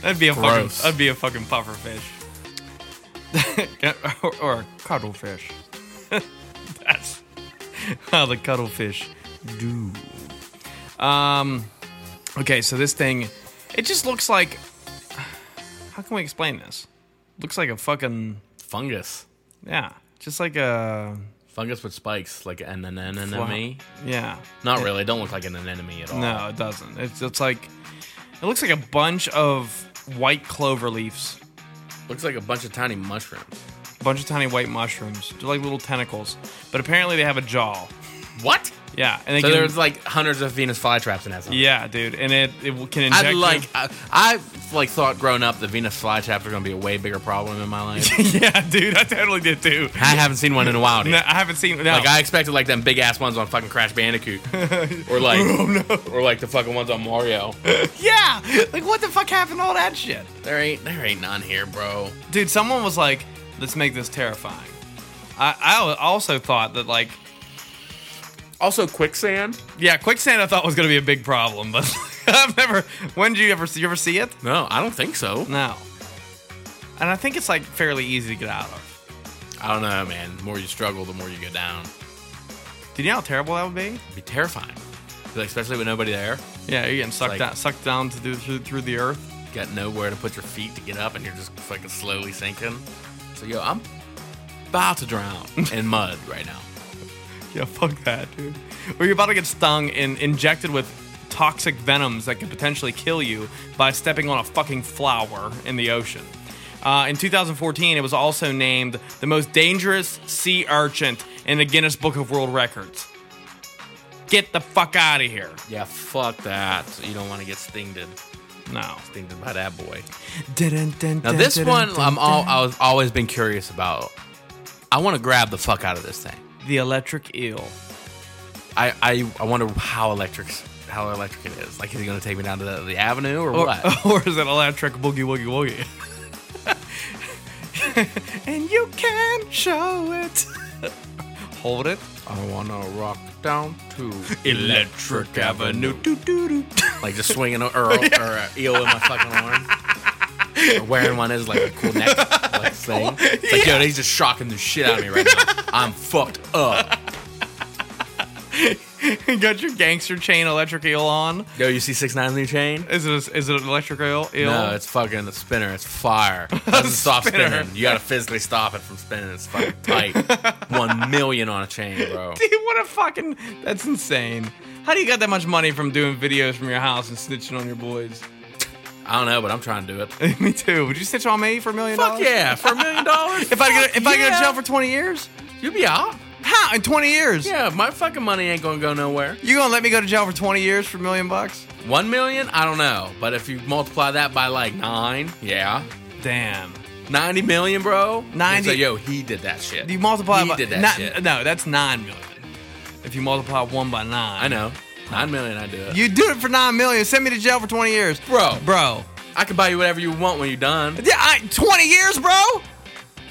A: That'd be a fucking.
B: Gross.
A: That'd be a fucking pufferfish. or, or a cuttlefish. That's how the cuttlefish do. Um. Okay, so this thing, it just looks like. How can we explain this? Looks like a fucking
B: Fungus.
A: yeah, just like a
B: Fungus with spikes, like an anemone.
A: yeah.
B: Not really. Don't look like an anemone at all.
A: No, it doesn't. It's it's like it looks like a bunch of white clover leaves,
B: Looks like a bunch of tiny mushrooms.
A: a bunch of tiny white mushrooms, they're like little tentacles. But apparently they have a jaw.
B: What?
A: Yeah, and they
B: So
A: can,
B: there's like hundreds of Venus flytraps in that. Song.
A: yeah, dude, and it it will- can inject.
B: I
A: you-
B: like I, I've like thought growing up the Venus flytraps are gonna be a way bigger problem in my life.
A: yeah, dude, I totally did too.
B: I haven't seen one in a while. Dude.
A: No, I haven't seen. No.
B: Like I expected like them big ass ones on fucking Crash Bandicoot, or like or like the fucking ones on Mario.
A: yeah, like what the fuck happened to all that shit,
B: There ain't there ain't none here, bro.
A: dude? Someone was like, "Let's make this terrifying." I I also thought that like
B: Also quicksand.
A: yeah, quicksand I thought was gonna be a big problem, but I've never. When did you ever see you ever see it?
B: No, I don't think so.
A: No. And I think it's like fairly easy to get out of.
B: I don't know, man. The more you struggle, the more you go down.
A: Did you know how terrible that would be?
B: It'd be terrifying, like, especially with nobody there.
A: Yeah, you're getting sucked
B: like-
A: down, sucked down to do, through through the earth.
B: got nowhere to put your feet to get up, and you're just fucking slowly sinking. So yo, I'm about to drown in mud right now.
A: Yeah, fuck that, dude. Or you're about to get stung and injected with toxic venoms that could potentially kill you by stepping on a fucking flower in the ocean. Uh, in 2014, it was also named the most dangerous sea urchin in the Guinness Book of World Records. Get the fuck out of here.
B: Yeah, fuck that. You don't want to get stinged,
A: No.
B: stinged by that boy. Now this one, I'm all I was always been curious about. I want to grab the fuck out of this thing.
A: The electric eel.
B: I I, I wonder how electric how electric it is. Like, is it gonna take me down to the, the avenue or,
A: Or,
B: what?
A: or is it electric boogie woogie woogie? and you can show it. Hold it.
B: I wanna rock down to
A: Electric Avenue.
B: like just swinging a, or, or a eel in my fucking arm. Or wearing one is like a cool neck like, thing. It's like, yo, he's just shocking the shit out of me right now. I'm fucked up.
A: Got your gangster chain electric eel on.
B: Yo, you see Six Nine's new chain?
A: Is it is it an electric eel? eel?
B: No, it's fucking a spinner. It's fire. It doesn't stop
A: Spinner.
B: spinning. You gotta physically stop it from spinning. It's fucking tight. One million on a chain, bro.
A: Dude, what a fucking. That's insane. How do you got that much money from doing videos from your house and snitching on your boys?
B: I don't know, but I'm trying to do it.
A: me too. Would you snitch on me for a million
B: Fuck
A: dollars?
B: yeah, for a million dollars.
A: If I get if I go to
B: Yeah.
A: jail for twenty years,
B: you be out.
A: how in twenty years?
B: Yeah, my fucking money ain't gonna go nowhere.
A: You gonna let me go to jail for 20 years for a million bucks?
B: One million? I don't know. But if you multiply that by like nine, yeah.
A: Damn.
B: 90 million, bro.
A: 90
B: So, yo, he did that shit.
A: You multiply
B: he
A: by
B: did that
A: not-
B: shit.
A: No, that's nine million. If you multiply one by nine,
B: I know. 9 million, I do it.
A: You do it for nine million. Send me to jail for 20 years,
B: Bro.
A: Bro,
B: I can buy you whatever you want when you're done.
A: yeah, I, 20 years, bro.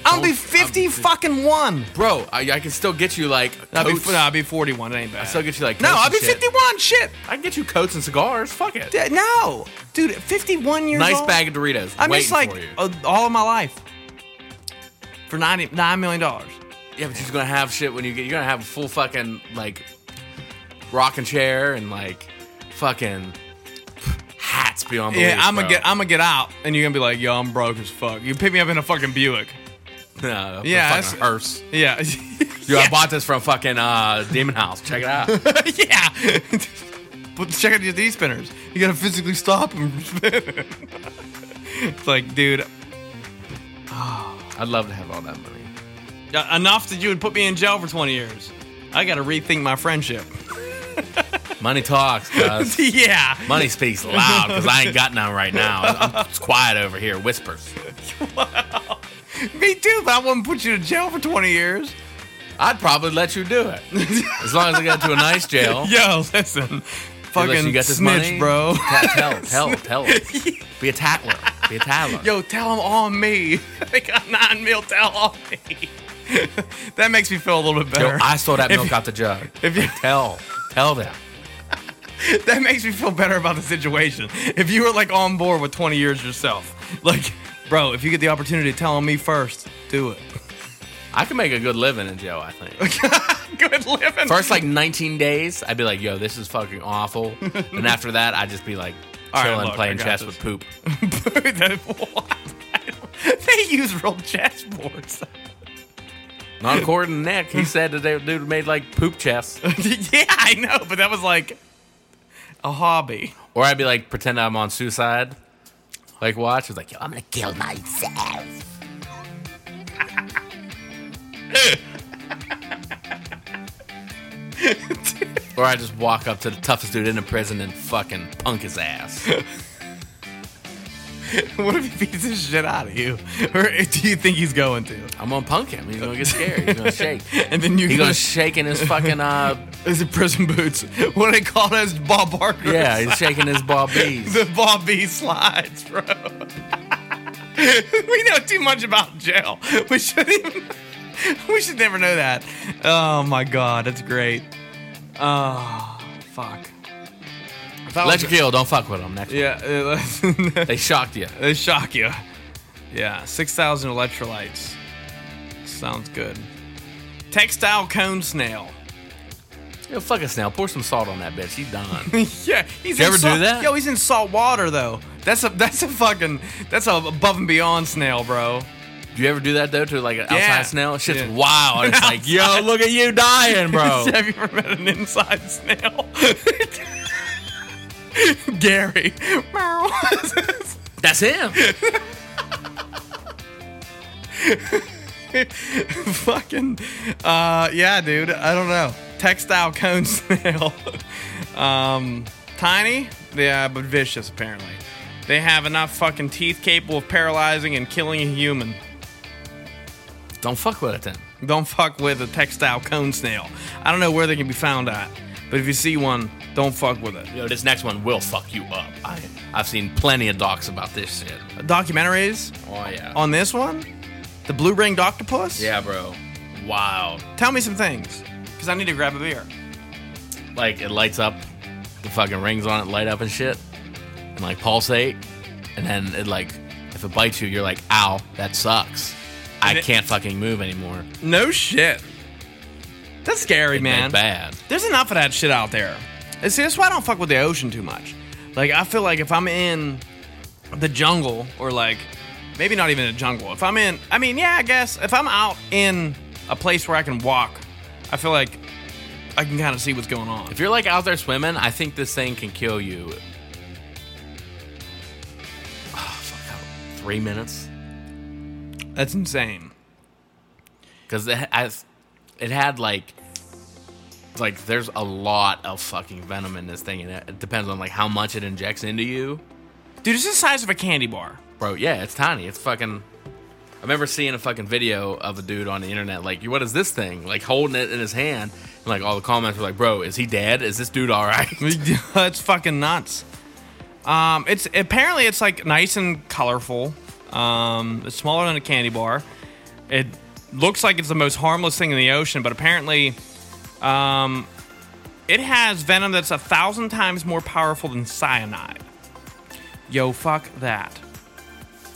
A: I'll be
B: Don't-
A: 50
B: I'll be-
A: fucking one.
B: Bro, I, I can still get you like
A: I'll be,
B: coats.
A: no, I'll be 41. It ain't bad.
B: I still get you like
A: no,
B: coats
A: I'll
B: and
A: be
B: shit.
A: 51. Shit.
B: I can get you coats and cigars. Fuck it.
A: D- No, dude, 51 years
B: Nice
A: old.
B: bag of Doritos.
A: I'm
B: waiting
A: just like
B: for you.
A: uh, all of my life for 90, nine million dollars.
B: yeah, but you're gonna have shit when you get. You're gonna have a full fucking like rocking chair and like fucking hats, just be unbelievable.
A: Yeah, I'm gonna get, I'm gonna get out, and you're gonna be like, "Yo, I'm broke as fuck." You pick me up in a fucking Buick.
B: No,
A: Yeah,
B: yeah, fucking
A: that's-
B: hearse.
A: Yeah,
B: Yo, I bought this from fucking uh, Demon House. Check it out.
A: yeah. but check out your D spinners. You gotta physically stop them. spin. it's like, dude,
B: I'd love to have all that money.
A: uh, enough that you would put me in jail for 20 years. I gotta rethink my friendship.
B: Money talks, guys.
A: yeah.
B: Money speaks loud because I ain't got none right now. I'm it's quiet over here, whispers.
A: Me too, but I wouldn't put you to jail for 20 years.
B: I'd probably let you do it as long as I got to a nice jail.
A: Yo, listen. Fucking
B: Unless you got this
A: snitch,
B: money,
A: bro.
B: Tell, tell, tell, tell. it. Be a tattler. Be a tattler.
A: Yo, tell them all me. they got nine mil, tell all me. that makes me feel a little bit
B: Yo,
A: better.
B: I saw that
A: If
B: milk
A: you-
B: out the jug.
A: if you-
B: tell, tell them.
A: that makes me feel better about the situation. If you were like on board with 20 years yourself, like, bro, if you get the opportunity to tell on me first, do it.
B: I could make a good living in jail. I think.
A: Good living.
B: First, like 19 days, I'd be like, yo, this is fucking awful. and after that, I'd just be like
A: All right,
B: chilling,
A: look, I
B: playing
A: got
B: chess
A: this.
B: with poop.
A: That- what? I don't- they use real chessboards.
B: Not according to Nick. He said that they dude made like poop chess.
A: yeah, I know, but that was like a hobby.
B: Or I'd be like, pretend I'm on suicide. Like, watch. It's like, yo, I'm going to kill myself. or I just walk up to the toughest dude in the prison and fucking punk his ass.
A: What if he beats the shit out of you? Or do you think he's going to?
B: I'm going to punk him. He's going to get scared. He's going to shake.
A: And then you're
B: He's
A: gonna,
B: going to shake in his fucking uh,
A: is it prison boots? What do they call those? Bob Barker.
B: Yeah, he's shaking his ball bees.
A: the Bobby slides, bro. we know too much about jail. We should even, we should never know that. Oh my god, that's great. Oh fuck. I thought
B: Let you
A: it was-
B: kill. Don't fuck with them. Next one.
A: Yeah,
B: They shocked you.
A: they shock you. Yeah, six thousand electrolytes. Sounds good. Textile cone snail.
B: Yo, fuck a snail. Pour some salt on that bitch. He's done.
A: yeah, he's
B: You
A: in
B: ever do
A: salt-
B: that?
A: Yo, he's in salt water though. That's a that's a fucking that's a above and beyond snail, bro.
B: Do you ever do that though to like an
A: Yeah.
B: outside snail? Shit's
A: Yeah.
B: wild. It's like, yo, look at you dying, bro.
A: Have you ever met an inside snail? Gary. Meow.
B: That's him.
A: Fucking. Uh, yeah, dude. I don't know. Textile cone snail. um, tiny, yeah, but vicious, apparently. They have enough fucking teeth capable of paralyzing and killing a human.
B: Don't fuck with it then.
A: Don't fuck with a textile cone snail. I don't know where they can be found at, but if you see one, don't fuck with it.
B: Yo, this next one will fuck you up. I, I've seen plenty of docs about this shit.
A: Documentaries
B: Oh yeah.
A: on this one? The blue ringed octopus?
B: yeah, bro. Wow.
A: Tell me some things, because I need to grab a beer.
B: Like it lights up. The fucking rings on it light up and shit, and like pulsate, and then it like if it bites you, you're like, ow, that sucks. I
A: it-
B: can't fucking move anymore.
A: No shit. That's scary, man.
B: That's bad.
A: There's enough of that shit out there. And see, that's why I don't fuck with the ocean too much. Like, I feel like if I'm in the jungle, or like, maybe not even a jungle, if I'm in, I mean, yeah, I guess, if I'm out in a place where I can walk, I feel like I can kind of see what's going on.
B: If you're like out there swimming, I think this thing can kill you. Ah, fuck, how- Three minutes
A: That's insane.
B: because it, ha- I- it had like like there's a lot of fucking venom in this thing, and it, it depends on like how much it injects into you,
A: Dude, it's the size of a candy bar.
B: bro. Yeah, it's tiny. It's fucking. I remember seeing a fucking video of a dude on the internet like, "What is this thing?" Like holding it in his hand, and like all the comments were like, "Bro, is he dead? Is this dude all right?"
A: That's fucking nuts. Um, it's apparently it's like nice and colorful. Um, it's smaller than a candy bar. It looks like it's the most harmless thing in the ocean, but apparently, um, it has venom that's a thousand times more powerful than cyanide. Yo, fuck that.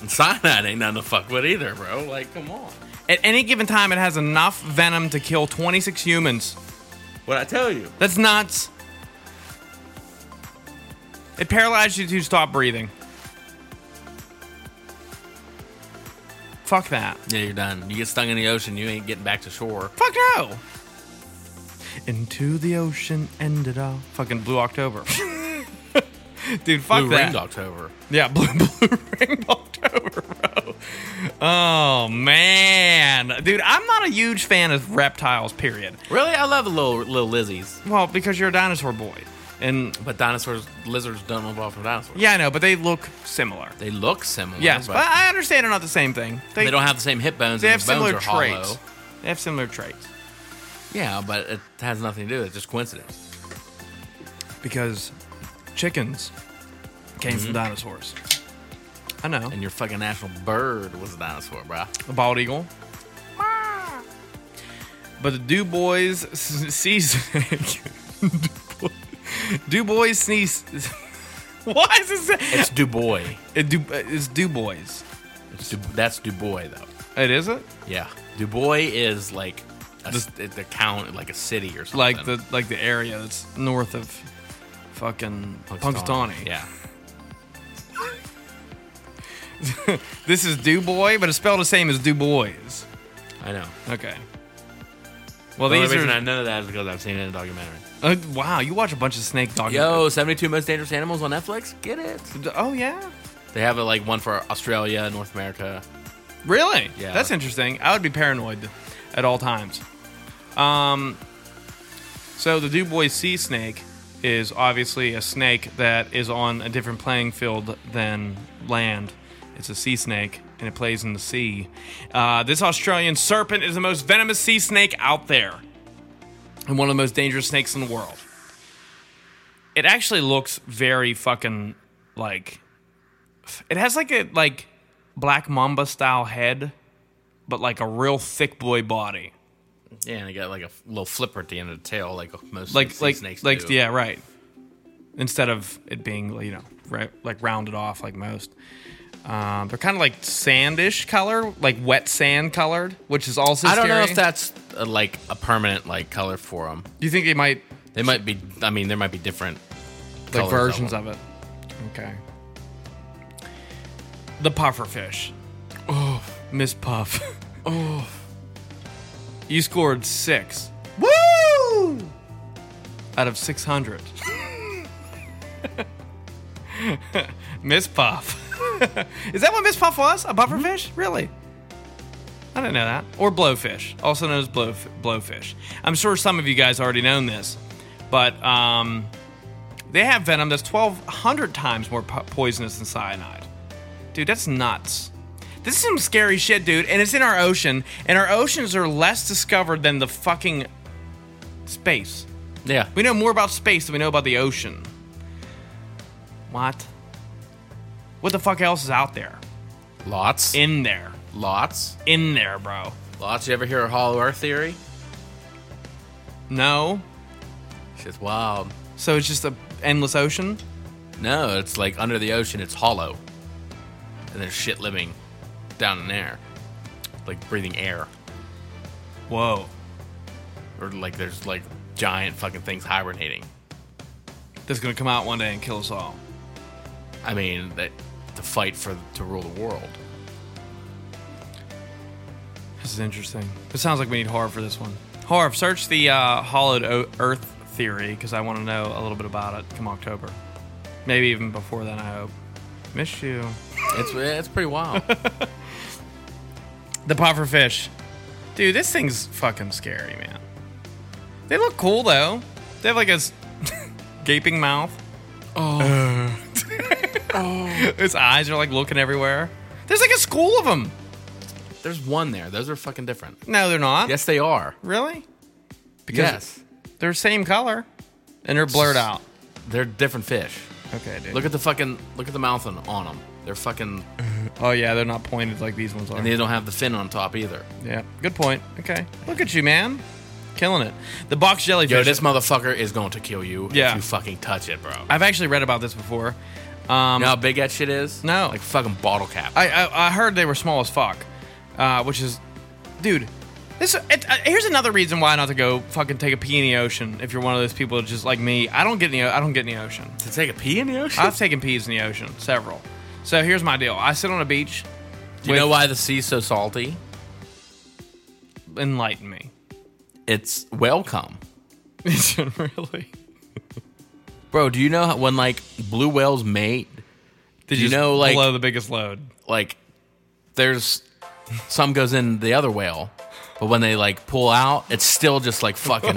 B: And Cyanide ain't nothing to fuck with either, bro. Like, come on.
A: At any given time, it has enough venom to kill 26 humans.
B: What I tell you?
A: That's nuts. It paralyzed you to stop breathing. Fuck that.
B: Yeah, you're done. You get stung in the ocean, you ain't getting back to shore.
A: Fuck no. Into the ocean ended all. Fucking Blue October. Dude, fuck
B: Blue
A: that.
B: ringed October.
A: Yeah, blue blue ring October, bro. Oh man, dude, I'm not a huge fan of reptiles. Period.
B: Really, I love the little little lizzies,
A: Well, because you're a dinosaur boy, and
B: but dinosaurs, lizards don't evolve from dinosaurs.
A: yeah, I know, but they look similar.
B: They look similar.
A: Yes,
B: but
A: but I understand they're not the same thing. They,
B: they don't have the same hip bones.
A: They
B: and
A: have
B: their bones
A: similar
B: are
A: traits.
B: Hollow.
A: They have similar traits
B: Yeah, but it has nothing to do. with it. It's just coincidence.
A: because chickens came from dinosaurs. I know.
B: Mm-hmm. And your fucking national bird was a dinosaur, bro.
A: a bald eagle. But the Du Bois sees. Du Bois sneeze. Why is this?
B: It's Du Bois.
A: It Du- it's Du Bois.
B: It's du, that's Du Bois though.
A: It is it
B: Yeah, Du Bois is like a, the, the count, like a city or something.
A: like the like the area that's north of fucking Punxsutawney.
B: Yeah.
A: This is Du Bois, but it's spelled the same as Du Bois.
B: I know.
A: Okay. Well,
B: The only
A: these
B: reason I
A: are.
B: know that is because I've seen it in a documentary.
A: Uh, wow, you watch a bunch of snake documentaries.
B: Yo, 72 Most Dangerous Animals on Netflix? Get it.
A: Oh yeah.
B: They have a, like one for Australia, North America.
A: Really?
B: Yeah.
A: That's interesting. I would be paranoid at all times. Um, so the Du Bois sea snake is obviously a snake that is on a different playing field than land. It's a sea snake and it plays in the sea. Uh, this Australian serpent is the most venomous sea snake out there and one of the most dangerous snakes in the world. It actually looks very fucking like it has like a like black mamba style head, but like a real thick boy body.
B: Yeah, and they got like a f- little flipper at the end of the tail, like most
A: Like
B: sea
A: like
B: snakes
A: like
B: do.
A: yeah, right. Instead of it being you know right like rounded off like most. Um, they're kind of like sandish color, like wet sand colored, which is also.
B: I don't know
A: scary.
B: if that's uh like a permanent like color for them.
A: Do you think they might
B: They might be. I mean, there might be different
A: like
B: colors
A: versions
B: of
A: of it? Okay. The pufferfish. Oh, Miss Puff. oh, you scored six.
C: Woo!
A: out of 600. Miss Puff. Is that what Miss Puff was? A pufferfish? Really? I didn't know that. Or blowfish, also known as blow, blowfish. I'm sure some of you guys already known this, but um, they have venom that's 1,200 times more po- poisonous than cyanide. Dude, that's nuts. This is some scary shit, dude, and it's in our ocean, and our oceans are less discovered than the fucking space.
B: Yeah,
A: We know more about space than we know about the ocean. What? What the fuck else is out there?
B: lots,
A: In there.
B: lots,
A: In there, bro.
B: lots. You ever hear of Hollow Earth theory?
A: No?
B: Shit's wild.
A: So it's just a endless ocean?
B: No, it's like under the ocean. It's hollow, and there's shit living down in there, like breathing air,
A: Whoa.
B: or like there's like giant fucking things hibernating.
A: That's gonna come out one day and kill us all.
B: I mean, that to fight for to rule the world.
A: This is interesting. It sounds like we need Harv for this one. Harv, search the uh, hollowed o- earth theory because I want to know a little bit about it come October. Maybe even before then, I hope. Miss you.
B: It's it's pretty wild.
A: The pufferfish. Dude, this thing's fucking scary, man. They look cool though. They have like a s- gaping mouth. Oh. Its eyes are like looking everywhere. There's like a school of them.
B: there's one there. Those are fucking different.
A: No, they're not.
B: Yes, they are.
A: Really?
B: Yes,
A: They're same color, and they're blurred out.
B: they're different fish.
A: Okay, dude.
B: Look at the fucking look at the mouth on, on them. They're fucking
A: oh yeah, they're not pointed like these ones are.
B: and they don't have the fin on top either.
A: yeah, good point. Okay, look at you, man, killing it. The box jellyfish.
B: Yo, this motherfucker is going to kill you
A: Yeah.
B: if you fucking touch it, bro.
A: I've actually read about this before.
B: you know how big that shit is?
A: No.
B: like fucking bottle cap.
A: I, I I heard they were small as fuck, uh, which is, dude, This it, uh, here's another reason why not to go fucking take a pee in the ocean. If you're one of those people that's just like me, I don't get in the o- I don't get in the ocean.
B: To take a pee in the ocean?
A: I've taken pees in the ocean several. So here's my deal. I sit on a beach.
B: Do you know why the sea's so salty?
A: Enlighten me.
B: It's welcome.
A: really?
B: Bro, do you know how- when like blue whales mate? Did you
A: Just
B: know like
A: below the biggest load?
B: like there's some goes in the other whale, but when they like pull out, it's still just like fucking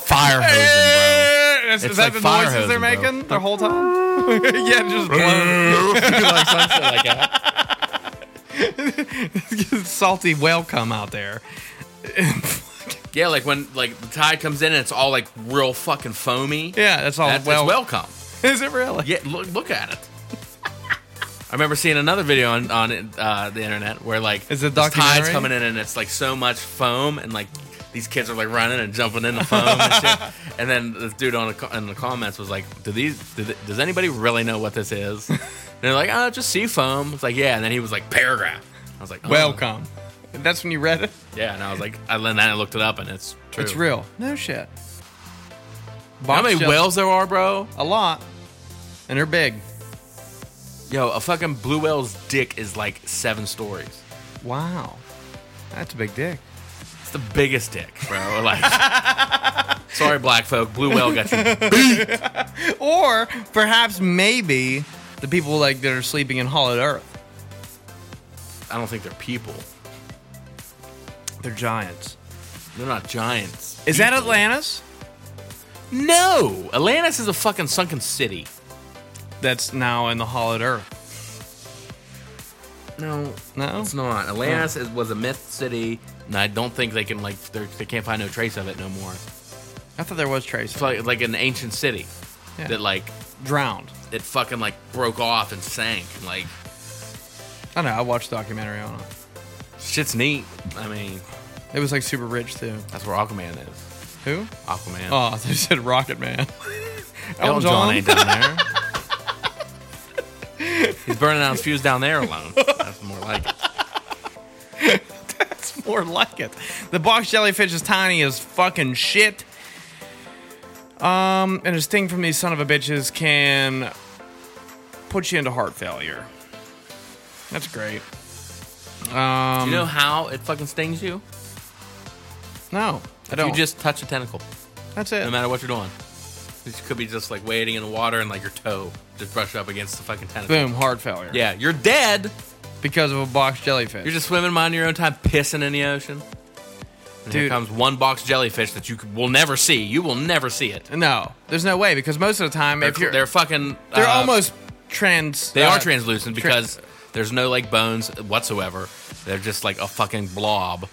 B: fire hosing,
A: Eh, Is, is
B: It's
A: that
B: like
A: the
B: fire
A: noises they're
B: hosing, bro.
A: making the whole time? yeah, just blowing
B: bro. like some shit like uh, that.
A: salty welcome out there.
B: Yeah, like when like the tide comes in and it's all like real fucking foamy.
A: Yeah, that's all.
B: That's it's
A: well,
B: welcome.
A: is it really?
B: Yeah, look look at it. I remember seeing another video on on uh, the internet where like
A: Is it a
B: this tide's
A: documentary?
B: coming in and it's like so much foam and like these kids are like running and jumping in the foam and shit. And then this dude on the, co- in the comments was like, "Do these? Do th- does anybody really know what this is?" And they're like, "Oh, just sea foam." It's like, yeah. And then he was like, "Paragraph." I was like, oh.
A: Welcome. That's when you read it.
B: Yeah, and I was like, I, then I looked it up and it's true.
A: It's real. No shit.
B: How many
A: Bombshell-
B: whales there are, bro?
A: A lot, and they're big.
B: Yo, a fucking blue whale's dick is like seven stories.
A: Wow, that's a big dick.
B: It's the biggest dick, bro. Like, sorry, black folk. Blue whale got you.
A: Or perhaps maybe the people like that are sleeping in hollowed earth.
B: I don't think they're people.
A: They're giants.
B: They're not giants.
A: Is that Atlantis?
B: No, Atlantis is a fucking sunken city.
A: That's now in the hollowed earth.
B: No,
A: No?
B: it's not. Atlantis is, was a myth city, and I don't think they can like they're- they can't find no trace of it no more.
A: I thought there was traces.
B: It's like like an ancient city
A: Yeah.
B: that like
A: Drowned.
B: it fucking like broke off and sank. And, like
A: I know. I watched a documentary on it.
B: shit's neat. I mean,
A: It was like super rich too.
B: that's where Aquaman is.
A: Who?
B: Aquaman.
A: Oh, they said Rocket Man.
B: Elton John.
A: John.
B: ain't down there. He's burning out his fuse down there alone. That's more like it.
A: It's more like it. The box jellyfish is tiny as fucking shit. Um, and a sting from these son of a bitches can put you into heart failure. That's great. Um,
B: you know how it fucking stings you?
A: No, I don't.
B: You just touch a tentacle,
A: that's it.
B: no matter what you're doing. You could be just like wading in the water and like your toe just brush up against the fucking tentacle.
A: Boom, heart failure.
B: Yeah, you're dead.
A: because of a box jellyfish.
B: You're just swimming mind your own time, pissing in the ocean. And here
A: Dude.
B: comes one box jellyfish that you c- will never see. You will never see it.
A: no, there's no way because most of the time,
B: They're,
A: if you're,
B: they're fucking.
A: they're
B: uh,
A: almost trans.
B: They
A: uh,
B: are translucent
A: tra-
B: because there's no like bones whatsoever. They're just like a fucking blob.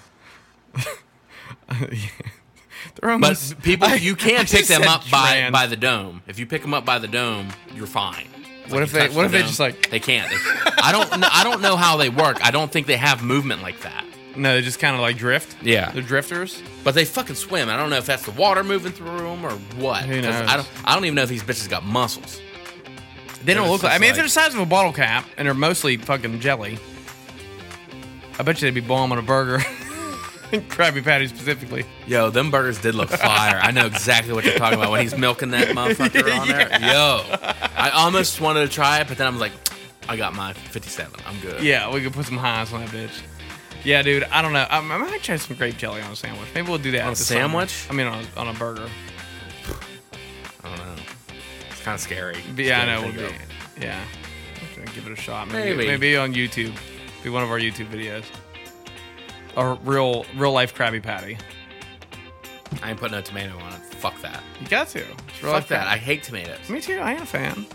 A: They're almost.
B: But people,
A: I-
B: you can
A: I
B: pick
A: just
B: them
A: said
B: up by,
A: trans.
B: by the dome. If you pick them up by the dome, you're fine. It's
A: What
B: like
A: if
B: you
A: they-
B: touch
A: what
B: the
A: if they
B: dome,
A: just, like-
B: they can't? They- I don't. kn- I don't know how they work. I don't think they have movement like that.
A: No, they just kind of like drift.
B: Yeah.
A: they're drifters.
B: But they fucking swim. I don't know if that's the water moving through them or what.
A: Who
B: 'Cause
A: knows?
B: I don't. I don't even know if these bitches got muscles.
A: They don't
B: They're
A: look
B: just
A: like. I mean, if
B: like-
A: they're the size of a bottle cap and they're mostly fucking jelly, I bet you they'd be bomb on a burger. Krabby Patty specifically.
B: Yo, them burgers did look fire. I know exactly what you're talking about when he's milking that motherfucker on there. Yo, I almost wanted to try it, but then I'm like, I got my 57. I'm good.
A: Yeah, we could put some highs on that bitch. Yeah, dude, I don't know. I, I might try some grape jelly on a sandwich. Maybe we'll do that.
B: On a
A: this summer.
B: sandwich?
A: I mean, on, a- on a burger.
B: I don't know. It's kind of scary.
A: But yeah, I know. We'll
B: Scary
A: do,
B: thing,
A: yeah. We're gonna give it a shot. Maybe,
B: Maybe.
A: maybe. on YouTube. Be one of our YouTube videos. A real, real life Krabby Patty.
B: though. I ain't putting no tomato on it. Fuck that.
A: You got to. It's real
B: Fuck
A: life
B: that.
A: Krabby-
B: I hate tomatoes.
A: Me too. I am a fan.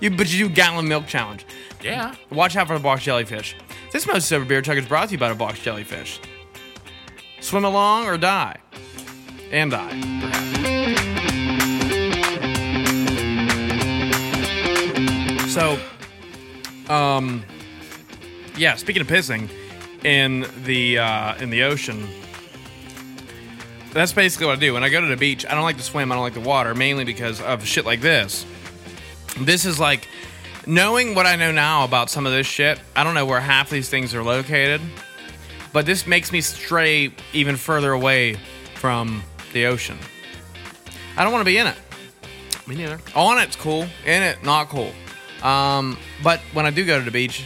A: You, but you do gallon milk challenge.
B: Yeah.
A: Watch out for the box jellyfish. This most sober beer chug is brought to you by the box jellyfish. Swim along or die, and die. perhaps. So, um, yeah. Speaking of pissing in the uh, in the ocean. That's basically what I do. When I go to the beach, I don't like to swim. I don't like the water, mainly because of shit like this. This is like knowing what I know now about some of this shit. I don't know where half these things are located. But this makes me stray even further away from the ocean. I don't want to be in it.
B: Me neither.
A: On it's cool, in it not cool. Um, but when I do go to the beach,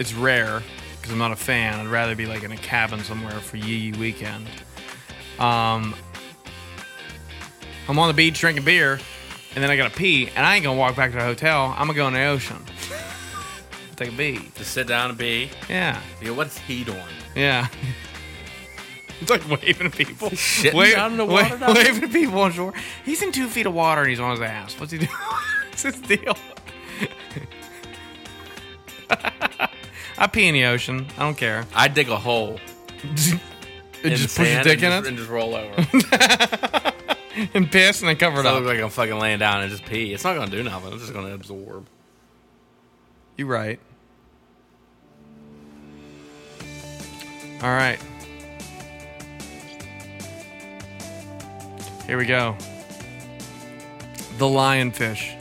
A: it's rare because I'm not a fan. I'd rather be like in a cabin somewhere for Yee Yee weekend. Um, I'm on the beach drinking beer, and then I gotta pee, and I ain't gonna walk back to the hotel. I'm gonna go in the ocean, take a beat.
B: To sit down and be.
A: Yeah,
B: Yeah, what's he doing?
A: yeah. It's like waving to people.
B: Shitting
A: Wave-
B: down in the
A: wa-
B: water down there?
A: waving to people on shore. He's in two feet of water and he's on his ass. What's he doing? What's his deal? I pee in the ocean. I don't care.
B: I dig a hole.
A: It
B: in
A: just
B: the
A: puts your
B: sand
A: dick in
B: and just,
A: it
B: and just roll over.
A: and piss and then cover it
B: I
A: up.
B: look like I'm fucking laying down and just pee. It's not gonna do nothing. It's just gonna absorb.
A: You right. All right. Here we go. The lionfish.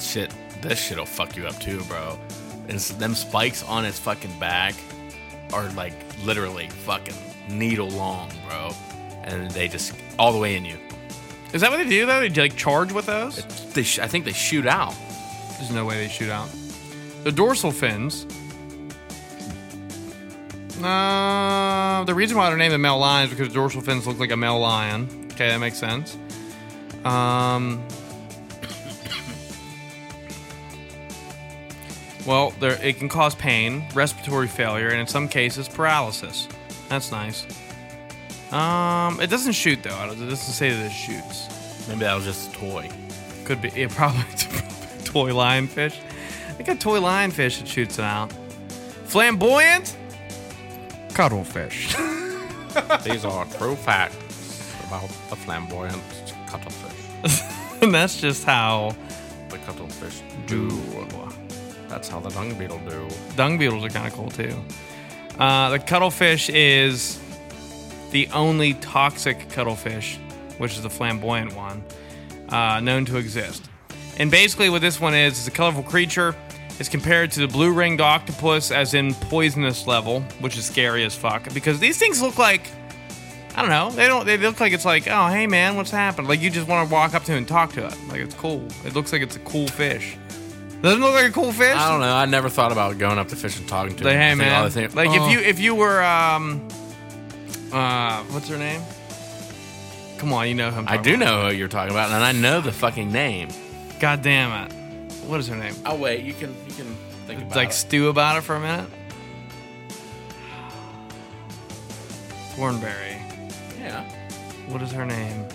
B: Shit, this shit'll fuck you up too, bro. And s- them spikes on his fucking back are like literally fucking needle long, bro. And they just all the way in you.
A: Is that what they do though? They like charge with those?
B: They sh- I think they shoot out.
A: There's no way they shoot out. The dorsal fins. Uh, the reason why they're named the male lion is because dorsal fins look like a male lion. Okay, that makes sense. Um, well, there, it can cause pain, respiratory failure, and in some cases, paralysis. That's nice. Um, it doesn't shoot though. It doesn't say that it shoots.
B: Maybe that was just a toy.
A: Could be. Yeah, probably it's a toy lionfish. I got toy lionfish that shoots it out. Flamboyant cuttlefish.
B: These are true facts about the flamboyant cuttlefish.
A: and that's just how
B: The cuttlefish
A: do.
B: That's how the dung beetle do.
A: Dung beetles are kind of cool too. Uh, the cuttlefish is the only toxic cuttlefish, which is the flamboyant one, uh, known to exist. And basically, what this one is is a colorful creature. It's compared to the blue ringed octopus, as in poisonous level, which is scary as fuck. Because these things look like I don't know. They don't. They look like it's like, oh hey man, what's happened? Like you just want to walk up to it and talk to it. Like it's cool. It looks like it's a cool fish. Doesn't it look like a cool fish.
B: I don't know. I never thought about going up to fish and talking to
A: Like,
B: him. I
A: hey
B: think all I
A: man,
B: think-
A: like
B: Oh.
A: if you if you were um, uh, what's her name? Come on, you know him.
B: I do know who you're talking about, and I know the fucking name.
A: God damn it, what is her name?
B: Oh wait, you can you can think
A: It's like stew about it for a minute. Thornberry.
B: Yeah.
A: What is her name?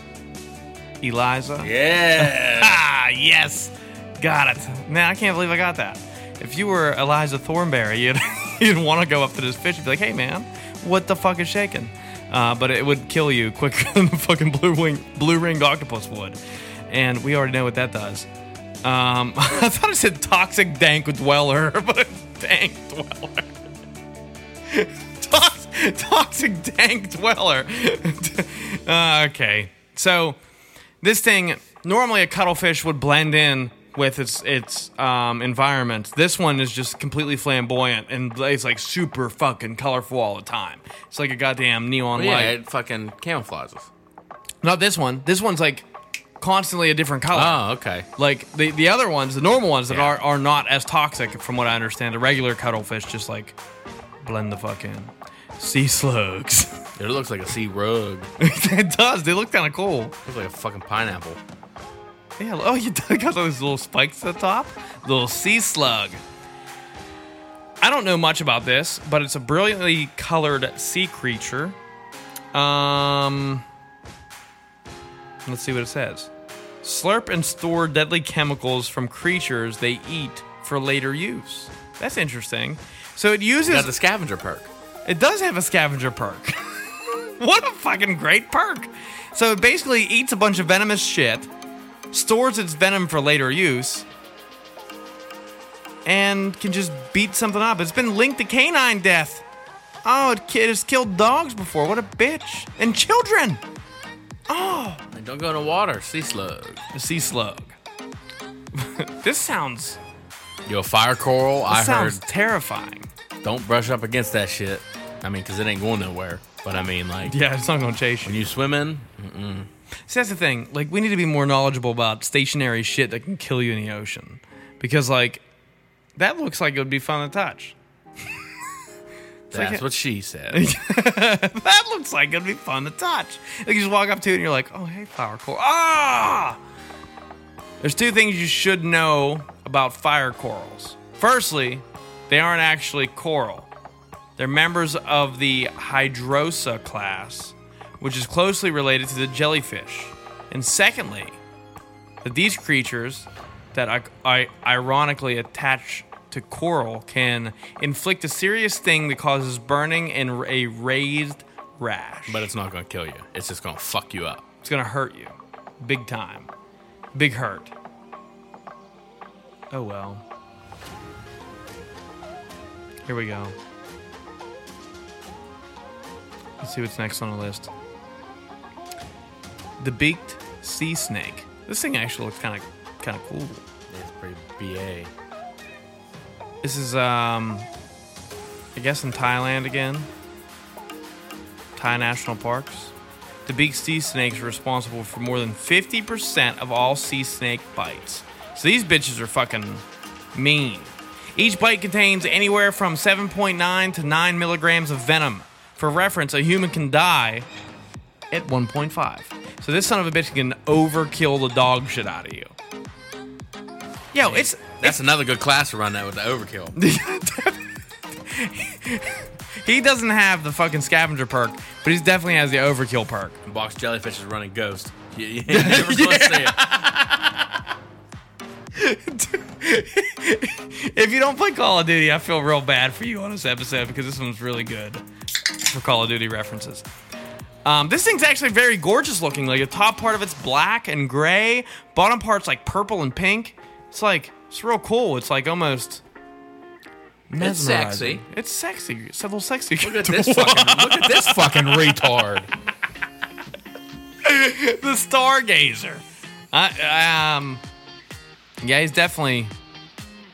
A: Eliza.
B: Yeah.
A: Ah, yes. Got it. Man, I can't believe I got that. If you were Eliza Thornberry, you'd, you'd want to go up to this fish and be like, hey, man, what the fuck is shaking? Uh, but it would kill you quicker than the fucking blue, wing, blue ringed octopus would. And we already know what that does. Um, I thought it said toxic dank dweller, but it's dank dweller. Tox- toxic dank dweller. uh, okay. So this thing normally a cuttlefish would blend in with its its um, environment. This one is just completely flamboyant and it's like super fucking colorful all the time. It's like a goddamn neon
B: yeah,
A: light.
B: it fucking camouflages.
A: Not this one. This one's like constantly a different color.
B: Oh, okay.
A: Like the, the other ones, the normal ones that are, are not as toxic, from what I understand. The regular cuttlefish just like blend the fuck in. Sea slugs.
B: It looks like a sea rug.
A: it does. They look kind of cool.
B: looks like a fucking pineapple.
A: Yeah. Oh, you got those little spikes at the top. Little sea slug. I don't know much about this, but it's a brilliantly colored sea creature. Um, let's see what it says. Slurp and store deadly chemicals from creatures they eat for later use. That's interesting. So it uses.
B: Got the scavenger perk.
A: It does have a scavenger perk. what a fucking great perk. So it basically eats a bunch of venomous shit, stores its venom for later use, and can just beat something up. It's been linked to canine death. Oh, it ki- it has killed dogs before. What a bitch. And children.
B: Like, don't go in the water, sea slug.
A: The sea slug. this sounds,
B: Yo, fire coral. I
A: this sounds
B: heard.
A: terrifying.
B: Don't brush up against that shit. I mean, because it ain't going nowhere. But I mean, like,
A: Yeah, it's not gonna chase
B: when
A: you.
B: you swim in,
A: See, that's the thing. Like, we need to be more knowledgeable about stationary shit that can kill you in the ocean, because like, that looks like it would be fun to touch.
B: that's
A: like a-
B: what she said.
A: That looks like it'd be fun to touch. Like, you just walk up to it and you're like, oh, hey, fire coral. Ah! There's two things you should know about fire corals. Firstly, they aren't actually coral, they're members of the Hydrosa class, which is closely related to the jellyfish. And secondly, that these creatures that I, I ironically attach to coral can inflict a serious thing that causes burning and r- a raised rash.
B: but it's not gonna kill you. It's just gonna fuck you up.
A: it's gonna hurt you, big time, big hurt. Oh well. Here we go. Let's see what's next on the list. The beaked sea snake. This thing actually looks kind of kind of cool.
B: It's pretty ba.
A: This is, um, I guess in Thailand again. Thai national parks. The big sea snakes are responsible for more than 50% of all sea snake bites. So these bitches are fucking mean. Each bite contains anywhere from 7.9 to 9 milligrams of venom. For reference, a human can die at 1.5. So this son of a bitch can overkill the dog shit out of you. Yo, it's
B: That's another good class to run that with the overkill.
A: He doesn't have the fucking scavenger perk, but he definitely has the overkill perk.
B: box jellyfish is running ghost. You, you ain't never gonna see it.
A: If you don't play Call of Duty, I feel real bad for you on this episode because this one's really good for Call of Duty references. Um, this thing's actually very gorgeous looking. Like the top part of it's black and gray, bottom part's like purple and pink. It's like it's real cool. It's like almost. mesmerizing.
B: sexy.
A: It's sexy. It's a little sexy.
B: Look at this fucking, look at this fucking retard.
A: the stargazer. I, um, yeah, he's definitely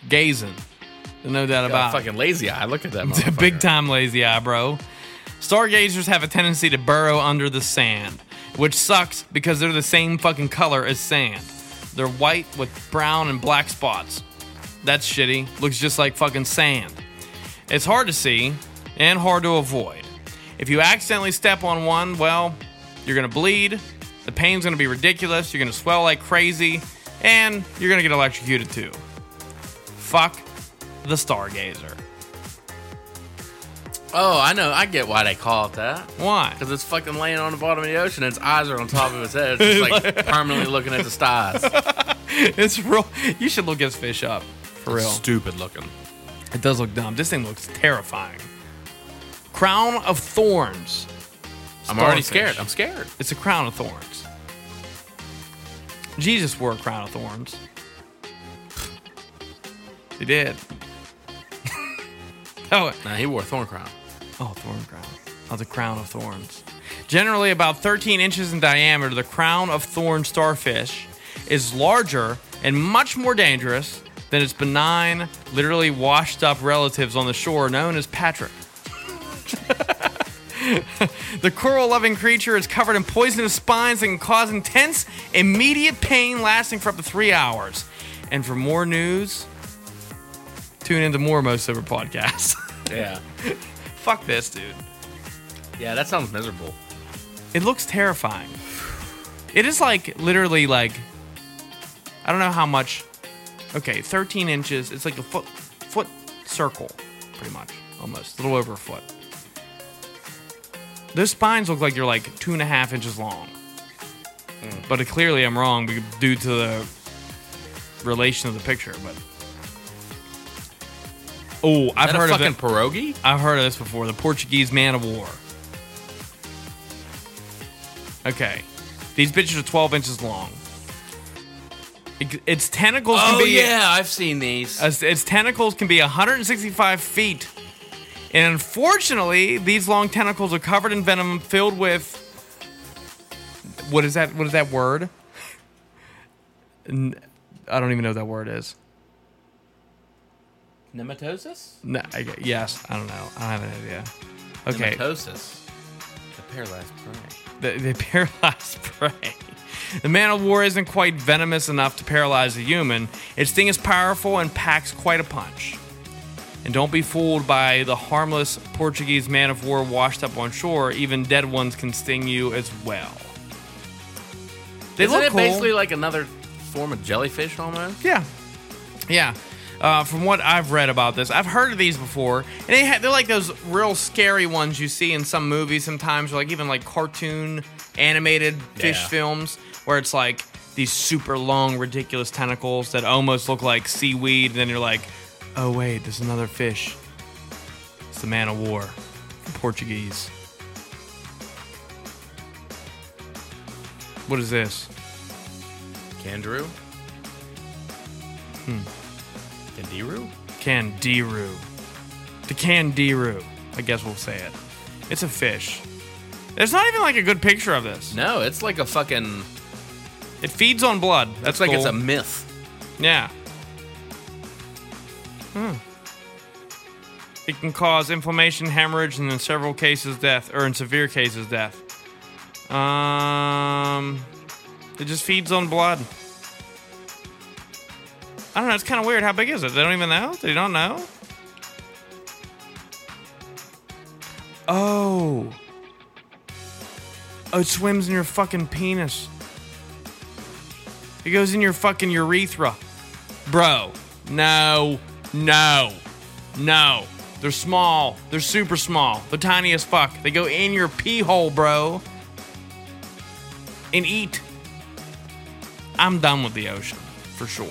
A: gazing. No doubt
B: Got a
A: about it.
B: fucking lazy eye. Look at that.
A: A
B: motherfucker.
A: Big time lazy eye, bro. Stargazers have a tendency to burrow under the sand, which sucks because they're the same fucking color as sand. They're white with brown and black spots. That's shitty. Looks just like fucking sand. It's hard to see and hard to avoid. If you accidentally step on one, well, you're gonna bleed, the pain's gonna be ridiculous, you're gonna swell like crazy, and you're gonna get electrocuted too. Fuck the Stargazer.
B: Oh, I know. I get why they call it that.
A: Why?
B: Because it's fucking laying on the bottom of the ocean and its eyes are on top of its head. It's just like permanently looking at the stars.
A: It's real. You should look this fish up. For real.
B: Stupid looking.
A: It does look dumb. This thing looks terrifying. Crown of thorns.
B: I'm already
A: Starfish.
B: scared. I'm scared.
A: It's a crown of thorns. Jesus wore a crown of thorns. He did. oh,
B: Nah, he wore a thorn crown.
A: Oh, thorn crown. Oh, the crown of thorns. Generally about 13 inches in diameter, the crown of thorn starfish is larger and much more dangerous than its benign, literally washed up relatives on the shore known as Patrick. the coral loving creature is covered in poisonous spines that can cause intense, immediate pain lasting for up to three hours. And for more news, tune into more Most Sober Podcast.
B: Yeah.
A: Fuck this, dude.
B: Yeah, that sounds miserable.
A: It looks terrifying. It is like literally like I don't know how much. Okay, 13 inches. It's like a foot foot circle, pretty much, almost a little over a foot. Those spines look like you're like two and a half inches long,
B: Mm.
A: but uh, clearly I'm wrong be- due to the relation of the picture. But oh, I've
B: Is that
A: heard
B: a
A: of
B: fucking
A: it.
B: pierogi?
A: I've heard of this before. The Portuguese man of war. Okay, these bitches are 12 inches long. It- its tentacles
B: Oh,
A: can be
B: yeah. I've seen these.
A: its, its tentacles can be 165 feet, and unfortunately, these long tentacles are covered in venom, filled with what is that? What is that word? N- I don't even know what that word is.
B: Nematosis?
A: No, I, yes, I don't know. I don't have an idea. Okay.
B: Nematosis. The paralyzed prey.
A: They, they paralyze prey. The man of war isn't quite venomous enough to paralyze a human. Its sting is powerful and packs quite a punch. And don't be fooled by the harmless Portuguese man of war washed up on shore. Even dead ones can sting you as well. They
B: Isn't
A: look
B: it
A: cool.
B: basically like another form of jellyfish almost?
A: Yeah, yeah. Uh, from what I've read about this, I've heard of these before, and they ha- they're like those real scary ones you see in some movies sometimes, or like even like cartoon animated fish
B: Yeah.
A: films, where it's like these super long, ridiculous tentacles that almost look like seaweed. And then you're like, oh wait, there's another fish. It's the man of war, Portuguese. What is this?
B: Kangaroo? Hmm. Kandiru?
A: Candiru. The Candiru. I guess we'll say it. It's a fish. There's not even like a good picture of this.
B: No, it's like a fucking.
A: It feeds on blood. That's
B: That's like it's
A: cool.
B: a myth.
A: yeah. Hmm. It can cause inflammation, hemorrhage, and in several cases death, or in severe cases death. Um, it just feeds on blood. I don't know. It's kind of weird. How big is it? They don't even know. They don't know. Oh. Oh, it swims in your fucking penis. It goes in your fucking urethra. Bro, no, no, no. They're small. They're super small. They're tiny as fuck. They go in your pee hole, bro. And eat. I'm done with the ocean, for sure.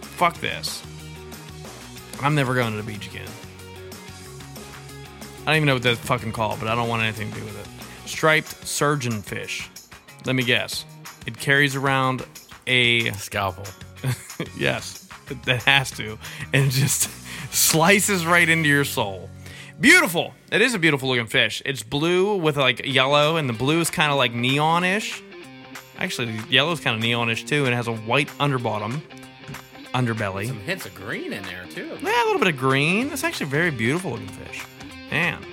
A: Fuck this. I'm never going to the beach again. I don't even know what that's fucking called, but I don't want anything to do with it. Striped surgeon fish. Let me guess. It carries around a
B: Scalpel.
A: yes, that has to, and it just slices right into your soul. Beautiful. It is a beautiful looking fish. It's blue with like yellow, and the blue is kind of like neonish. Actually, the yellow is kind of neonish too, and it has a white underbottom, underbelly.
B: Some hints of green in there, too.
A: Yeah, a little bit of green. That's actually a very beautiful looking fish. Man.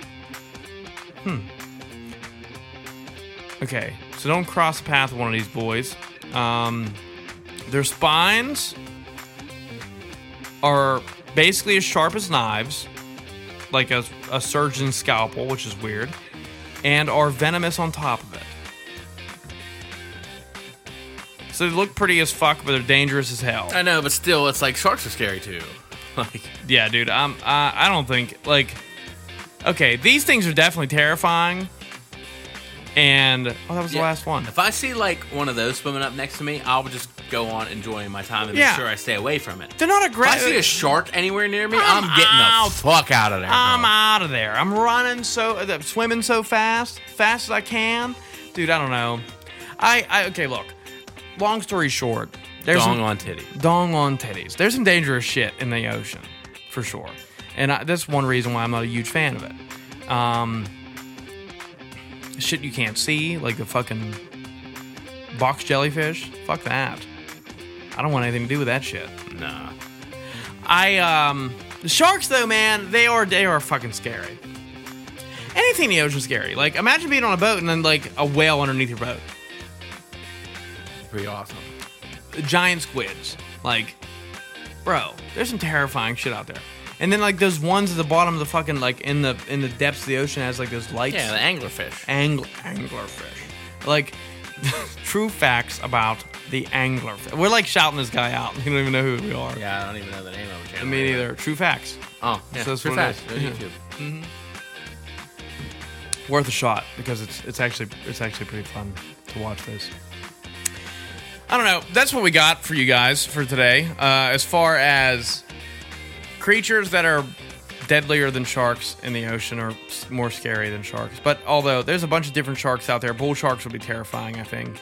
A: Hmm. Okay, so don't cross the path with one of these boys. Um, their spines are basically as sharp as knives, like a, a surgeon's scalpel, which is weird, and are venomous on top of it. So they look pretty as fuck, but they're dangerous as hell.
B: I know, but still, it's like sharks are scary, too. Like,
A: Yeah, dude. I'm. I I don't think like. Okay, these things are definitely terrifying. And oh, that was the
B: Yeah.
A: last one.
B: If I see like one of those swimming up next to me, I'll just go on enjoying my time and
A: Yeah.
B: make sure I stay away from it.
A: They're not
B: If I see a
A: aggressive.
B: shark anywhere near me,
A: I'm
B: I'm, getting
A: out.
B: the fuck out of there.
A: I'm
B: bro.
A: out of there. I'm running so, uh, swimming so fast, fast as I can, dude. I don't know. I, I okay. Look, long story short, there's
B: Dong
A: some-
B: on titty.
A: dong on titties. There's some dangerous shit in the ocean, for sure, and I, that's one reason why I'm not a huge fan of it. Um, shit you can't see, like the fucking box jellyfish. Fuck that. I don't want anything to do with that shit.
B: Nah.
A: I um the sharks though, man, they are they are fucking scary. Anything in the ocean's scary. Like imagine being on a boat and then like a whale underneath your boat,
B: Pretty awesome.
A: giant squids. Like, bro, there's some terrifying shit out there. And then like those ones at the bottom of the fucking like in the in the depths of the ocean has like those lights.
B: Yeah, the anglerfish.
A: Angler anglerfish. Like true facts about the anglerfish. We're like shouting this guy out. You don't even know who we are.
B: Yeah, I don't even know the name of the channel.
A: Me neither. True facts.
B: Oh, yeah.
A: So that's
B: True
A: what it
B: Facts,
A: is.
B: on YouTube.
A: worth a shot because it's it's actually it's actually pretty fun to watch this. I don't know. That's what we got for you guys for today. Uh, as far as creatures that are deadlier than sharks in the ocean or s- more scary than sharks, but although there's a bunch of different sharks out there, bull sharks would be terrifying. I think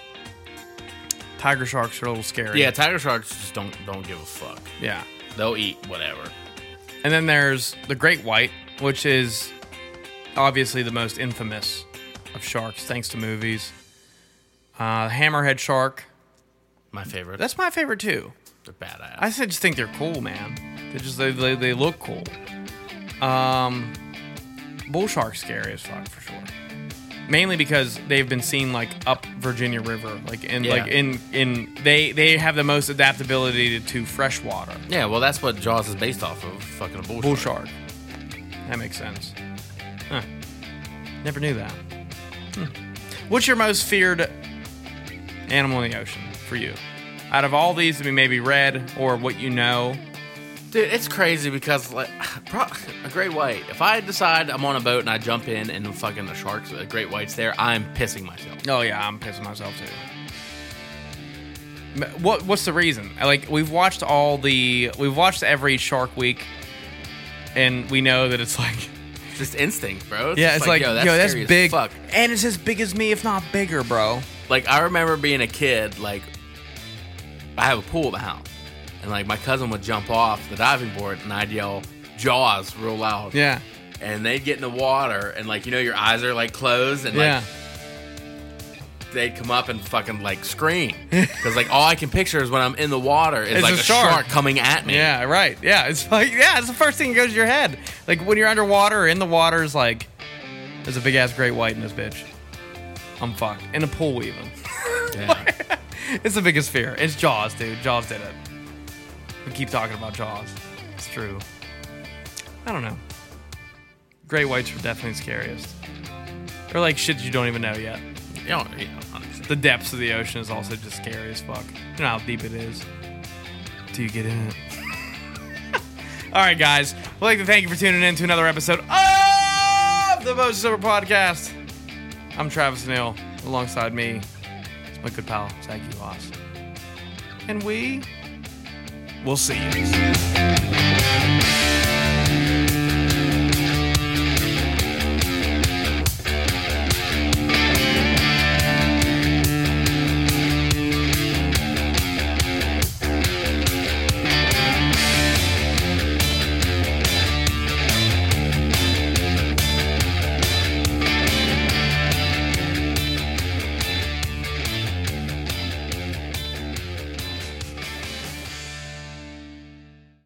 A: tiger sharks are a little scary.
B: Yeah, tiger sharks just don't don't give a fuck.
A: yeah.
B: They'll eat whatever.
A: And then there's the great white, which is obviously the most infamous of sharks, thanks to movies. Uh, hammerhead shark.
B: My favorite.
A: That's my favorite too.
B: They're badass.
A: I said just think they're cool, man. They just they, they, they look cool. Um, bull shark's scary as fuck for sure. Mainly because they've been seen like up Virginia River, like in
B: Yeah.
A: like in in they they have the most adaptability to, to freshwater
B: Yeah, well, that's what Jaws is based off of. Fucking a bull,
A: bull
B: shark.
A: shark. That makes sense. Huh. Never knew that. Hmm. What's your most feared animal in the ocean for you? Out of all these that we maybe read or what you know,
B: Dude, it's crazy because like pro- a great white. If I decide I'm on a boat and I jump in and fucking the sharks, a great white's there, I'm pissing myself.
A: Oh yeah, I'm pissing myself too. M- What what's the reason? Like we've watched all the we've watched every Shark Week, and we know that it's like
B: It's just instinct, bro.
A: yeah,
B: just
A: it's like, yo, that's,
B: scary as
A: big,
B: Fuck.
A: and it's as big as me, if not bigger, bro.
B: Like I remember being a kid, like I have a pool at the house, and like my cousin would jump off the diving board and I'd yell Jaws real loud.
A: Yeah,
B: And they'd get in the water and like you know your eyes are like closed and like
A: yeah,
B: they'd come up and fucking like scream because like all I can picture is when I'm in the water is
A: It's
B: like
A: a
B: a
A: shark.
B: shark. coming at me.
A: yeah. Right. Yeah, it's like yeah, it's the first thing that goes to your head. Like when you're underwater or in the water, is like there's a big ass great white in this bitch. I'm fucked in a pool even.
B: Yeah.
A: It's the biggest fear. It's Jaws, dude. Jaws did it. We keep talking about Jaws. It's true. I don't know. Great whites are definitely scariest. They're like shit you don't even know yet.
B: You know, you know, honestly.
A: The depths of the ocean is also just scary as fuck. You know how deep it is. Do you get in it? All right, guys. We'd like to thank you for tuning in to another episode of the Moses Silver Podcast. I'm Travis Neal. Alongside me is my good pal, Zach Uwas. And we will see you.